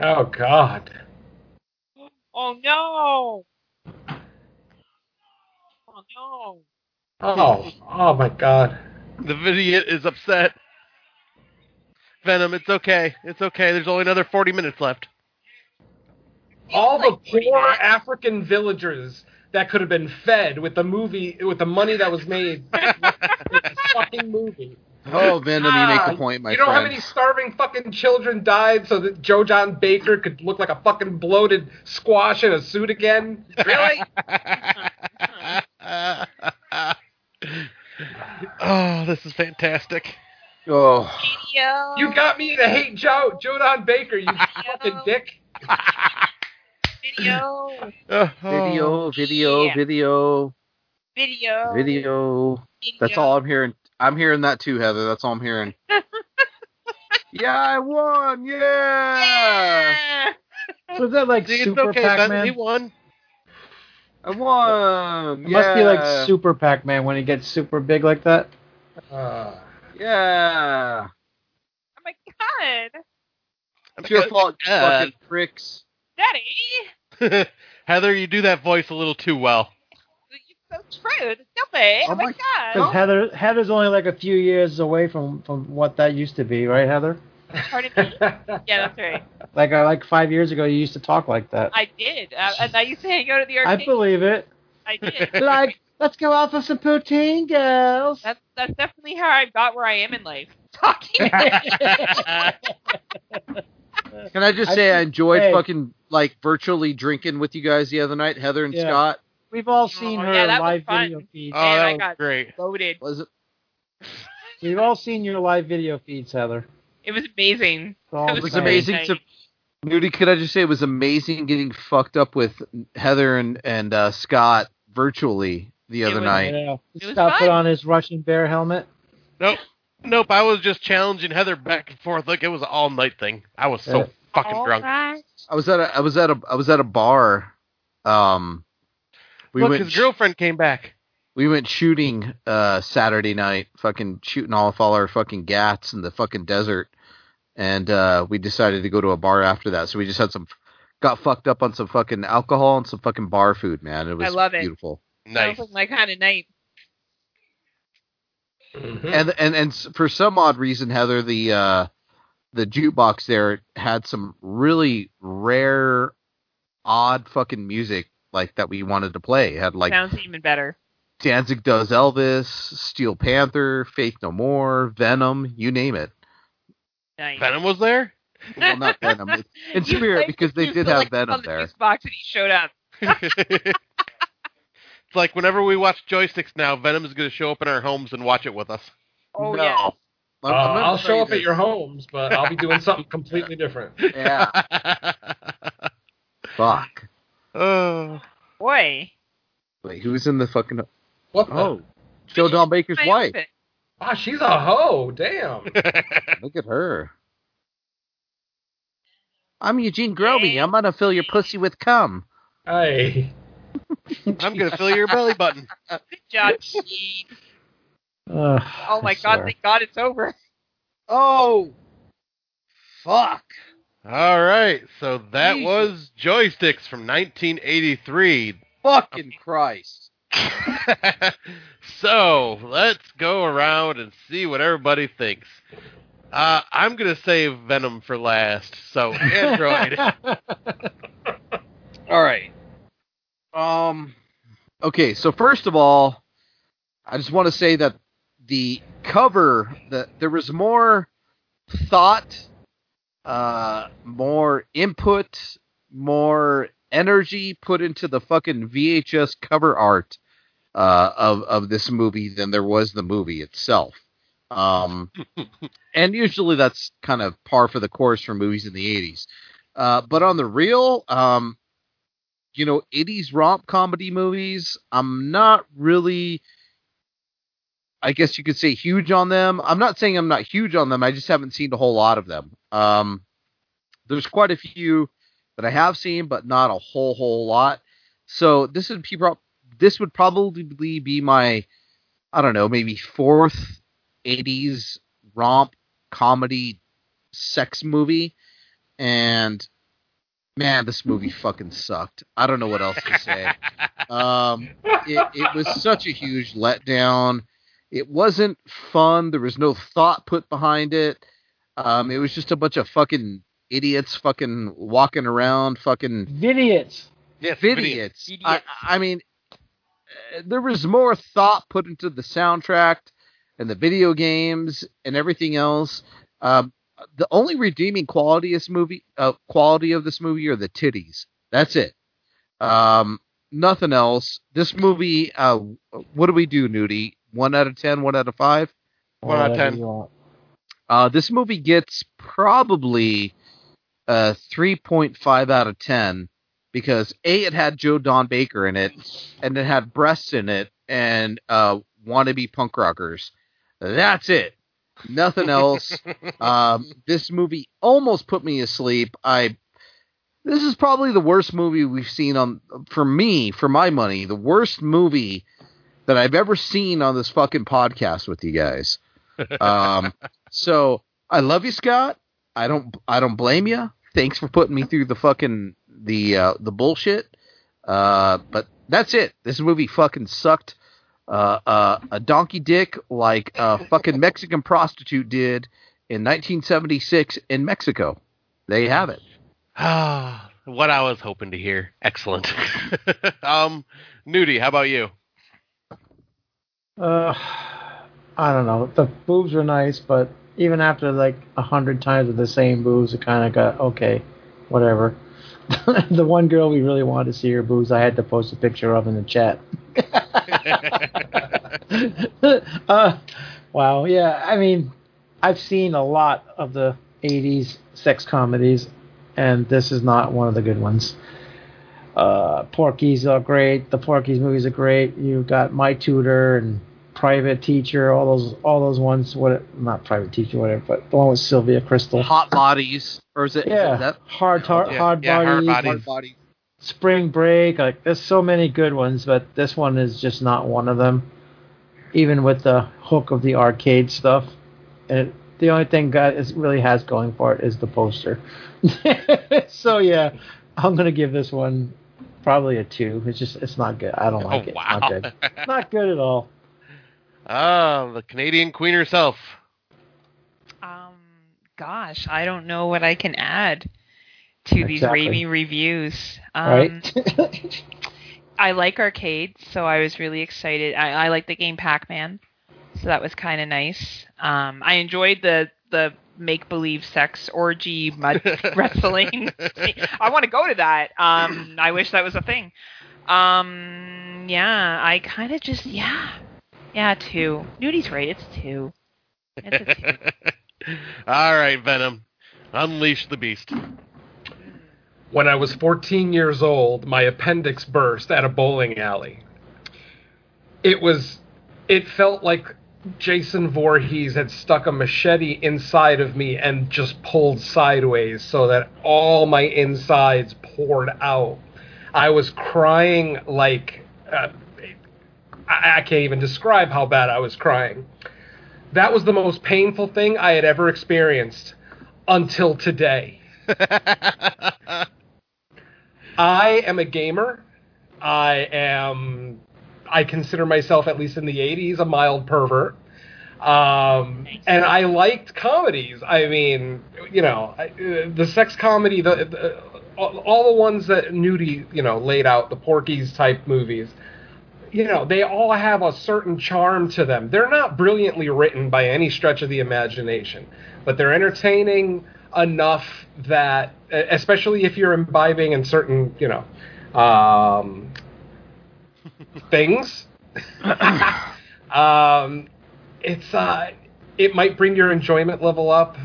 Oh God.
Oh no! Oh no!
Oh, oh my God.
The idiot is upset. Venom, it's okay. It's okay. There's only another 40 minutes left.
All the
Like,
poor African villagers that could have been fed with the movie, with the money that was made with this fucking movie.
Oh, Venom, you make
Ah,
a point, my
you know
friend.
how many starving fucking children died so that Joe John Baker could look like a fucking bloated squash in a suit again?
Really?
oh, this is fantastic.
Oh,
Yo.
You got me to hate Joe Joe John Baker, you fucking dick.
video,
Uh,
Oh,
oh.
video, video,
yeah.
video,
video,
video.
video.
That's all I'm hearing. I'm hearing that too, Heather. That's all I'm hearing. yeah, I won. Yeah,
Yeah.
So is that like
See, it's
Super
okay,
Pac
Venom. He
Man?
won.
I won.
It must be
Yeah.
like Super Pac Man when he gets super big like that.
Uh,
Yeah,
Oh my god,
it's your fault, you
Yeah.
fucking pricks.
Daddy,
Heather, you do that voice a little too well.
it's so true. Stop it!
Oh
Oh
my
my
Because
god!
Heather, Heather's only like a few years away from from what that used to be, right, Heather?
Pardon me. Yeah, that's right.
Like uh, like five years ago, you used to talk like that.
I did. Uh, and I used to hang out at the
I
arcade.
believe it.
I did.
Like, let's go out for some poutine, girls.
That's that's definitely how I got where I am in life. Talking.
Can I just
I
say I, enjoyed
hey.
fucking like virtually drinking with you guys the other night, Heather and
Yeah.
Scott.
We've all seen
Oh,
her
yeah, that was
live
fun.
video feeds.
oh,
I
that was
got-
great.
Loaded.
Was it?
We've all seen your live video feeds, Heather.
It was amazing.
It's all
It
Oh, It was
the same.
amazing
night.
to. Nudie, could I just say it was amazing getting fucked up with Heather and and uh, Scott virtually the
It
other
was-
night.
Yeah.
It was
Scott put
fun.
on his Russian bear helmet.
Nope. Nope, I was just challenging Heather back and forth. Like it was an all night thing. I was so
Yeah.
fucking
All
drunk.
right.
I was at a I was at a I was at a bar. Um, we
Look,
went
his girlfriend came back.
we went shooting uh Saturday night, fucking shooting all of all our fucking gats in the fucking desert, and uh we decided to go to a bar after that. So we just had some got fucked up on some fucking alcohol and some fucking bar food, man. It was
love it.
beautiful.
Nice.
Sounds like my kind of night.
Mm-hmm.
Hmm.
And and and s- for some odd reason, Heather, the uh the jukebox there had some really rare, odd fucking music like that we wanted to play. It had like
Sounds even better.
Danzig does Elvis, Steel Panther, Faith No More, Venom, you name it.
Nice.
Venom was there.
Well, not Venom. It's in
You
spirit
played
because
the
they
juice
did have
like
Venom
on the
there.
juice box and he showed up.
it's like whenever we watch joysticks now, Venom is going to show up in our homes and watch it with us.
Oh
No.
yeah.
I'm- I'm
Uh,
gonna
I'll
tell
show
you
up at
this.
your homes, but I'll be doing something completely different.
Yeah, fuck.
oh,
Boy.
Wait, who's in the fucking?
What the?
Oh, Joe Don Baker's
My
wife.
outfit.
Wow, Ah, she's a hoe. Damn.
Look at her. I'm Eugene Groby. I'm gonna fill your pussy with cum.
Hey.
I'm going to fill your belly button.
Good job, Gene.
Ugh,
Oh my
I
god,
swear.
thank God it's over.
Oh, fuck.
All right, so that
Jesus.
was joysticks from 1983.
Fucking Christ.
so let's go around and see what everybody thinks. Uh, I'm gonna save Venom for last. So Android,
All right. Um. Okay, so first of all, I just want to say that the cover that there was more thought, uh, more input, more energy put into the fucking VHS cover art uh, of of this movie than there was the movie itself. Um, and usually that's kind of par for the course for movies in the '80s. Uh, but on the real, um, you know, 80s romp comedy movies, I'm not really, I guess you could say, huge on them. I'm not saying I'm not huge on them. I just haven't seen a whole lot of them. Um, there's quite a few that I have seen, but not a whole whole lot. So this would be prob- this would probably be my, I don't know, maybe fourth 80s romp comedy sex movie, and man, this movie fucking sucked. I don't know what else to say. Um, it, it was such a huge letdown. It wasn't fun. There was no thought put behind it. Um, it was just a bunch of fucking idiots fucking walking around fucking
Idiots.
yes,
idiots. I, I mean, uh, there was more thought put into the soundtrack and the video games and everything else. Um, the only redeeming quality of this movie, uh, quality of this movie, are the titties. That's it. Um, nothing else. This movie. Uh, what do we do, Nudie? One out of ten. One out of five.
One out of
Whatever
ten.
you want.
Uh, this movie gets probably uh, 3.5 out of 10 because A, it had Joe Don Baker in it, and it had breasts in it, and uh, wannabe punk rockers. That's it. Nothing else. um, this movie almost put me asleep. I. This is probably the worst movie we've seen on, for me, for my money, the worst movie that I've ever seen on this fucking podcast with you guys. Um, so I love you, Scott. I don't I don't blame you. Thanks for putting me through the fucking the uh, the bullshit. Uh, but that's it. This movie fucking sucked. Uh, uh, a donkey dick like a fucking Mexican prostitute did in 1976 in Mexico. There you have it.
Ah, what I was hoping to hear. Excellent. um, Nudie, how about you?
Uh, I don't know. The boobs were nice, but even after like a hundred times of the same boobs, it kind of got okay, whatever. the one girl we really wanted to see her boobs, I had to post a picture of in the chat. uh, wow, yeah. I mean, I've seen a lot of the '80s sex comedies, and this is not one of the good ones. Uh, Porky's are great. The Porky's movies are great. You got My Tutor and Private Teacher, all those all those ones. What not Private Teacher, whatever, but the one with Sylvia Crystal.
Hot bodies, or is it?
yeah,
is that
hard, tar-
Yeah,
hard
yeah, hard
body,
body.
hard body.
Spring Break. Like there's so many good ones, but this one is just not one of them. Even with the hook of the arcade stuff, and it, the only thing God is really has going for it is the poster. so yeah, I'm gonna give this one probably a two. It's just it's not good. I don't like
oh
it.
wow!
Not good. Not good at all.
Ah, the Canadian Queen herself.
Um, gosh, I don't know what I can add to these
Exactly.
Raimi reviews. Um,
Right?
I like arcades, so I was really excited. I, I like the game Pac-Man, so that was kind of nice. Um, I enjoyed the the make believe sex orgy mud wrestling. I want to go to that. Um, I wish that was a thing. Um, yeah, I kind of just yeah, yeah, two. Nudie's right. It's two. It's a two.
All right, Venom, unleash the beast.
When I was 14 years old, my appendix burst at a bowling alley. It was, it felt like Jason Voorhees had stuck a machete inside of me and just pulled sideways so that all my insides poured out. I was crying like, uh, I, I can't even describe how bad I was crying. That was the most painful thing I had ever experienced until today. I am a gamer. I am. I consider myself, at least in the '80s, a mild pervert. Um, and I liked comedies. I mean, you know, I, uh, the sex comedy, the, the all- all the ones that Nudie, you know, laid out, the Porky's type movies. You know, they all have a certain charm to them. They're not brilliantly written by any stretch of the imagination, but they're entertaining enough that, e, especially if you're imbibing in certain, you know, um, things, um, it's uh, it might bring your enjoyment level up.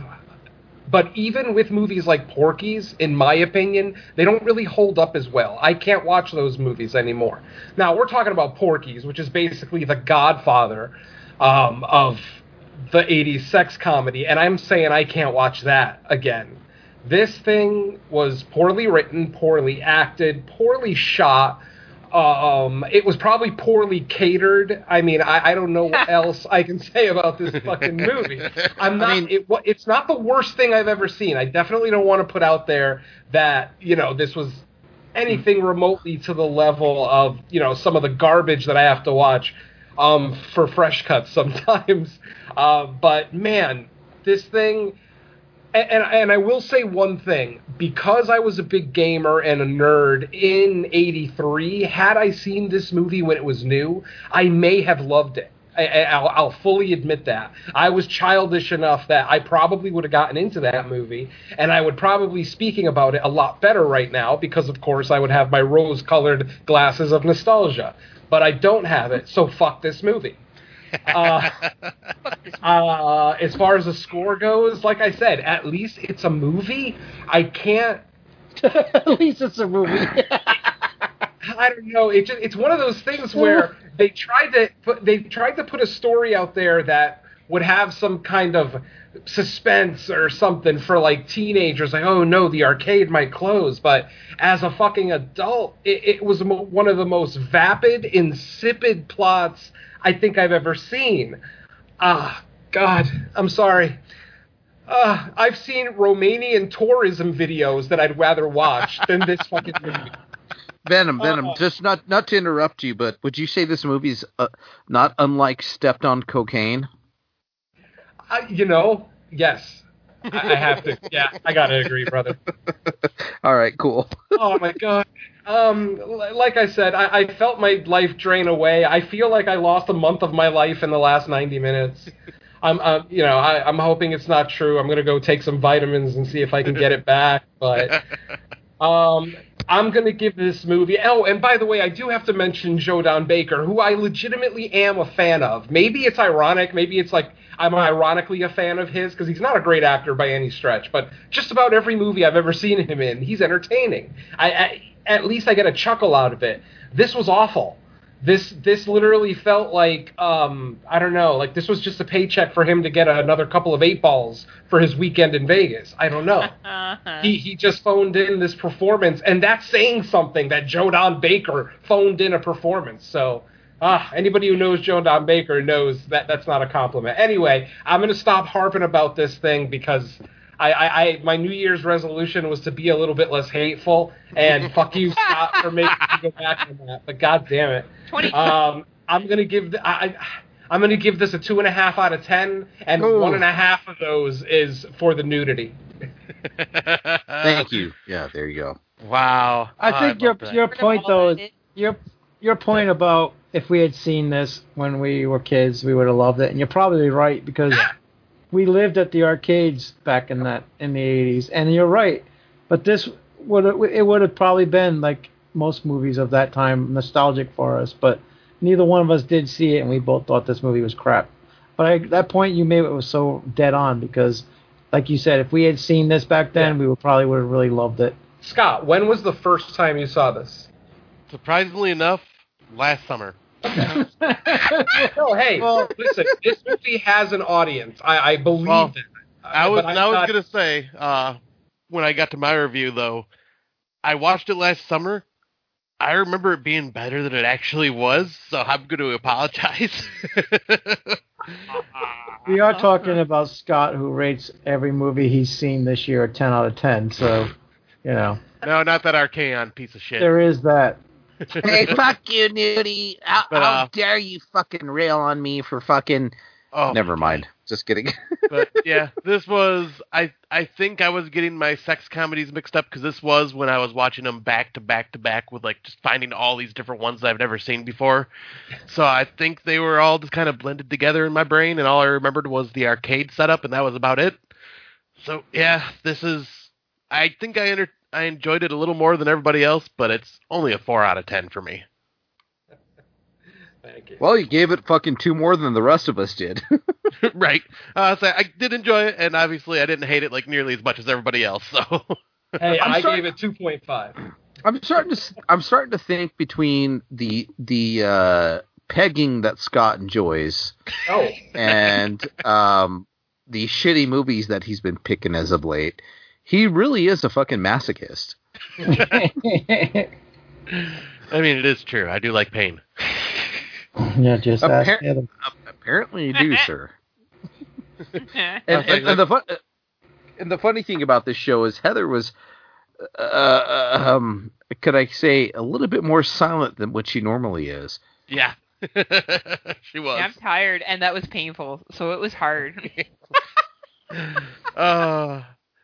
But even with movies like Porky's, in my opinion, they don't really hold up as well. I can't watch those movies anymore. Now we're talking about Porky's, which is basically the Godfather um, of the '80s sex comedy, and I'm saying I can't watch that again. This thing was poorly written, poorly acted, poorly shot. Um, it was probably poorly catered. I mean, I, I don't know what else I can say about this fucking movie. I'm not. it, wa- it's not the worst thing I've ever seen. I definitely don't want to put out there that you know this was anything remotely to the level of you know some of the garbage that I have to watch um, for fresh cuts sometimes. Uh, but man, this thing. And, and and I will say one thing because I was a big gamer and a nerd in '83. Had I seen this movie when it was new, I may have loved it. I, I- I'll, I'll fully admit that I was childish enough that I probably would have gotten into that movie, and I would probably be speaking about it a lot better right now because, of course, I would have my rose-colored glasses of nostalgia. But I don't have it, so fuck this movie. Uh, uh, as far as the score goes, like I said, at least it's a movie. I can't.
At least it's a movie.
I don't know. It just, it's one of those things where they tried to put, they tried to put a story out there that would have some kind of suspense or something for like teenagers. Like, oh no, the arcade might close. But as a fucking adult, it, it was mo- one of the most vapid, insipid plots I think I've ever seen. Ah, God, I'm sorry. Uh, I've seen Romanian tourism videos that I'd rather watch than this fucking movie.
Venom, Venom.
Uh-oh.
Just not not to interrupt you, but would you say this movie's uh, not unlike stepped on cocaine?
I, you know, yes, I, I have to. Yeah, I gotta agree, brother.
All right, cool.
Oh my god. Um, li- like I said, I, I felt my life drain away. I feel like I lost a month of my life in the last ninety minutes. I'm, uh, you know, I, I'm hoping it's not true. I'm gonna go take some vitamins and see if I can get it back. But Um, I'm going to give this movie. Oh, and by the way, I do have to mention Joe Don Baker, who I legitimately am a fan of. Maybe it's ironic. Maybe it's like I'm ironically a fan of his because he's not a great actor by any stretch. But just about every movie I've ever seen him in, he's entertaining. I, I at least I get a chuckle out of it. This was awful. This this literally felt like um, I don't know, like this was just a paycheck for him to get another couple of eight balls for his weekend in Vegas. I don't know.
Uh-huh.
he he just phoned in this performance, and that's saying something that Joe Don Baker phoned in a performance. So. Ah, anybody who knows Joe Don Baker knows that that's not a compliment. Anyway, I'm gonna stop harping about this thing because I, I, I my New Year's resolution was to be a little bit less hateful, and fuck you, Scott, for making me go back on that. But god damn it,
20
uh,
um, I'm gonna give the, I, I- I'm gonna give this a two and a half out of ten, and
Ooh.
one and a half of those is for the nudity.
Uh,
Thank you. Yeah, there you go.
Wow.
I
love
think your
that.
your point though is your your point about if we had seen this when we were kids, we would have loved it, and you're probably right because we lived at the arcades back in that in the '80s, and you're right. But this would it would have probably been like most movies of that time, nostalgic for us. But neither one of us did see it, and we both thought this movie was crap. But I, that point you made was so dead on because, like you said, if we had seen this back then, we would probably would have really loved it.
Scott, when was the first time you saw this?
Surprisingly enough, last summer.
No, Oh, hey,
Well-
listen, this movie has an audience. I, I believe
Well,
that.
I
Uh,
was
but I'm
I was
not-
gonna say uh, when I got to my review though, I watched it last summer. I remember it being better than it actually was, so I'm going to apologize.
We are talking about Scott, who rates every movie he's seen this year a 10 out of 10. So, you know,
no, not that Archaon piece of shit.
there is that.
hey, fuck you, nudie. How,
But, uh,
how dare you fucking rail on me for fucking.
oh,
Never mind. Just kidding.
but yeah, this was I I think I was getting my sex comedies mixed up because this was when I was watching them back to back to back with like just finding all these different ones that I've never seen before. So I think they were all just kind of blended together in my brain, and all I remembered was the arcade setup, and that was about it. So yeah, this is I think I under, I enjoyed it a little more than everybody else, but it's only a four out of ten for me.
Thank you.
Well, you gave it fucking two more than the rest of us did.
right? Uh, so I did enjoy it, and obviously I didn't hate it like nearly as much as everybody else. So.
hey,
I'm
I
sorry-
gave it 2.5.
I'm starting to s- I'm starting to think between the the uh, pegging that Scott enjoys
Oh,
and um, the shitty movies that he's been picking as of late. He really is a fucking masochist.
I mean, it is true. I do like pain.
yeah, just ask
Appar-
the other-
Apparently, you do, sir.
I
And,
was like,
and, and the fun, uh, and the funny thing about this show is Heather was, uh, um, could I say, a little bit more silent than what she normally is.
Yeah. she was.
I'm tired, and that was painful, so it was hard.
Uh,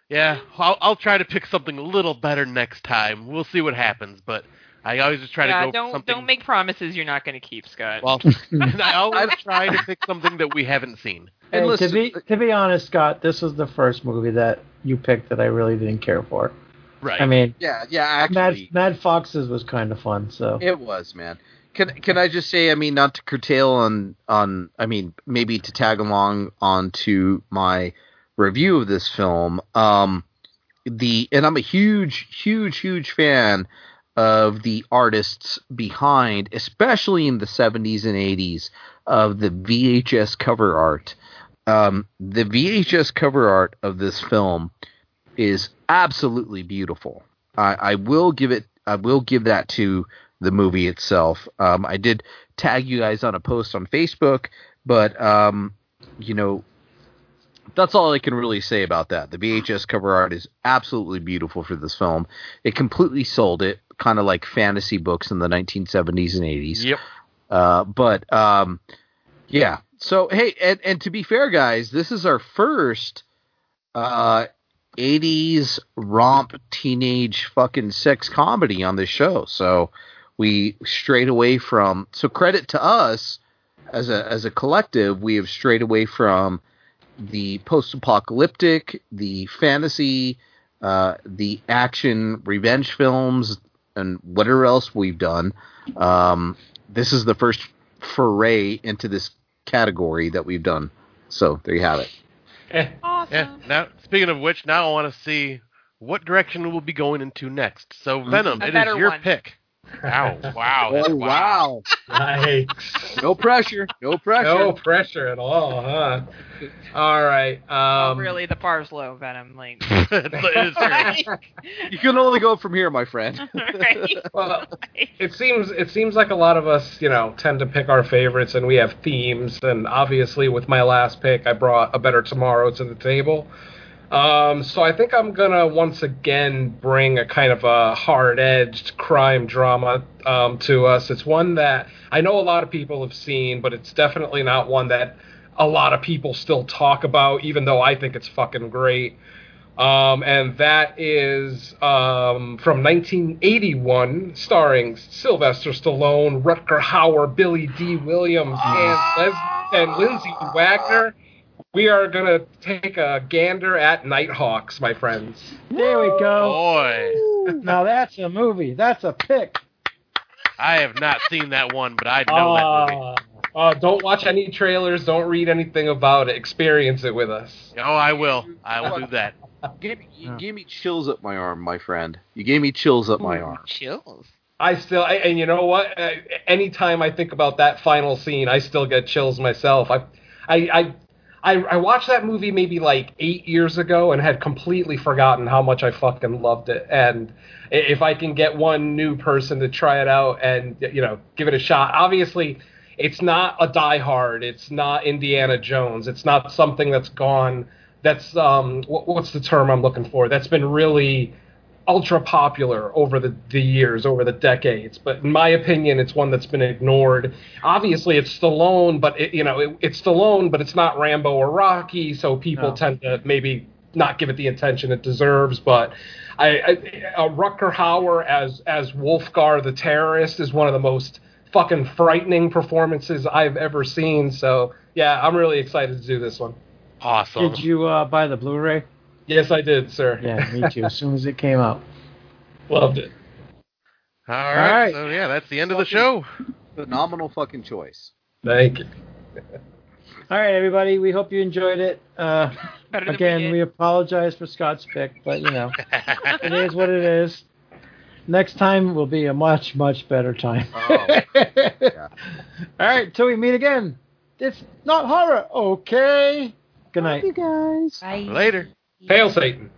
yeah. I'll, I'll try to pick something a little better next time. We'll see what happens, but I always just try
yeah,
to go
don't
for something.
don't make promises you're not going to keep, Scott.
Well, and I always try to pick something that we haven't seen.
Hey,
And
to
listen- uh,
be to be honest, Scott, this was the first movie that you picked that I really didn't care for.
Right.
I mean,
Yeah, yeah,
Mad,
actually,
Mad Foxes was kind of fun. So,
it was man. Can can I just say? I mean, not to curtail on on. I mean, maybe to tag along onto my review of this film. Um, the and I'm a huge, huge, huge fan of the artists behind, especially in the 70s and 80s, of the VHS cover art. Um, the VHS cover art of this film is absolutely beautiful. I, I will give it. I will give that to the movie itself. Um, I did tag you guys on a post on Facebook, but um, you know, that's all I can really say about that. The VHS cover art is absolutely beautiful for this film. It completely sold it, kind of like fantasy books in the 1970s and 80s.
Yep.
Uh, but um, yeah. So hey, and, and to be fair, guys, this is our first uh, 80s romp teenage fucking sex comedy on this show. So we strayed away from. So credit to us as a as a collective, we have strayed away from the post apocalyptic, the fantasy, uh, the action revenge films, and whatever else we've done. Um, this is the first foray into this category that we've done. So there you have it.
awesome.
Yeah. Now, speaking of which, now I want to see what direction we'll be going into next. So, Venom,
Mm. A
it is
better
your
one.
pick.
Ow! Wow!
Oh, wow.
Yikes.
No pressure. No pressure.
No pressure at all, huh? All right.
Oh,
Um,
really, the bar's low, Venom. Like,
It's- it's serious.
You can only go from here, my friend.
right?
Well, it seems it seems like a lot of us, you know, tend to pick our favorites, and we have themes. And obviously, with my last pick, I brought a better tomorrow to the table. Um, so I think I'm gonna once again bring a kind of a hard-edged crime drama um, to us. It's one that I know a lot of people have seen, but it's definitely not one that a lot of people still talk about, even though I think it's fucking great. Um, and that is um, from 1981, starring Sylvester Stallone, Rutger Hauer, Billy D. Williams, and, Les- and Lindsay Wagner. We are going to take a gander at Nighthawks, my friends.
There we
Oh.
go.
Boy,
Oh.
Now that's a movie. That's a pick.
I have not seen that one, but I know that movie.
uh, don't watch any trailers. Don't read anything about it. Experience it with us.
Oh, I will. I will do that.
Give me, you
Yeah.
gave me chills up my arm, my friend. You gave me chills up my arm.
Chills.
I still, I, and you know what? I, anytime I think about that final scene, I still get chills myself. I, I, I, I, I watched that movie maybe like eight years ago and had completely forgotten how much I fucking loved it. And i- if I can get one new person to try it out and you know give it a shot, obviously it's not a Die Hard, it's not Indiana Jones, it's not something that's gone. That's um, what, what's the term I'm looking for? That's been really ultra popular over the, the years, over the decades. But in my opinion, it's one that's been ignored. Obviously, it's Stallone, but it, you know, it, it's Stallone, but it's not Rambo or Rocky, so people
No.
tend to maybe not give it the attention it deserves. But I, I uh, Rucker Hauer as as Wolfgar the terrorist is one of the most fucking frightening performances I've ever seen. So yeah, I'm really excited to do this one.
Awesome.
Did you uh, buy the Blu-ray?
Yes, I did, sir.
Yeah, me too. As soon as it came out.
Loved it.
All
All
right.
right.
So yeah, that's the end of the show.
Phenomenal fucking choice.
Thank you.
All right, everybody. We hope you enjoyed it. Uh,
Better than
again,
did.
we apologize for Scott's pick, but you know, it is what it is. Next time will be a much, much better time.
Oh,
All right, till we meet again. It's not horror, okay? Good night.
guys.
Bye.
Later.
Hail Satan.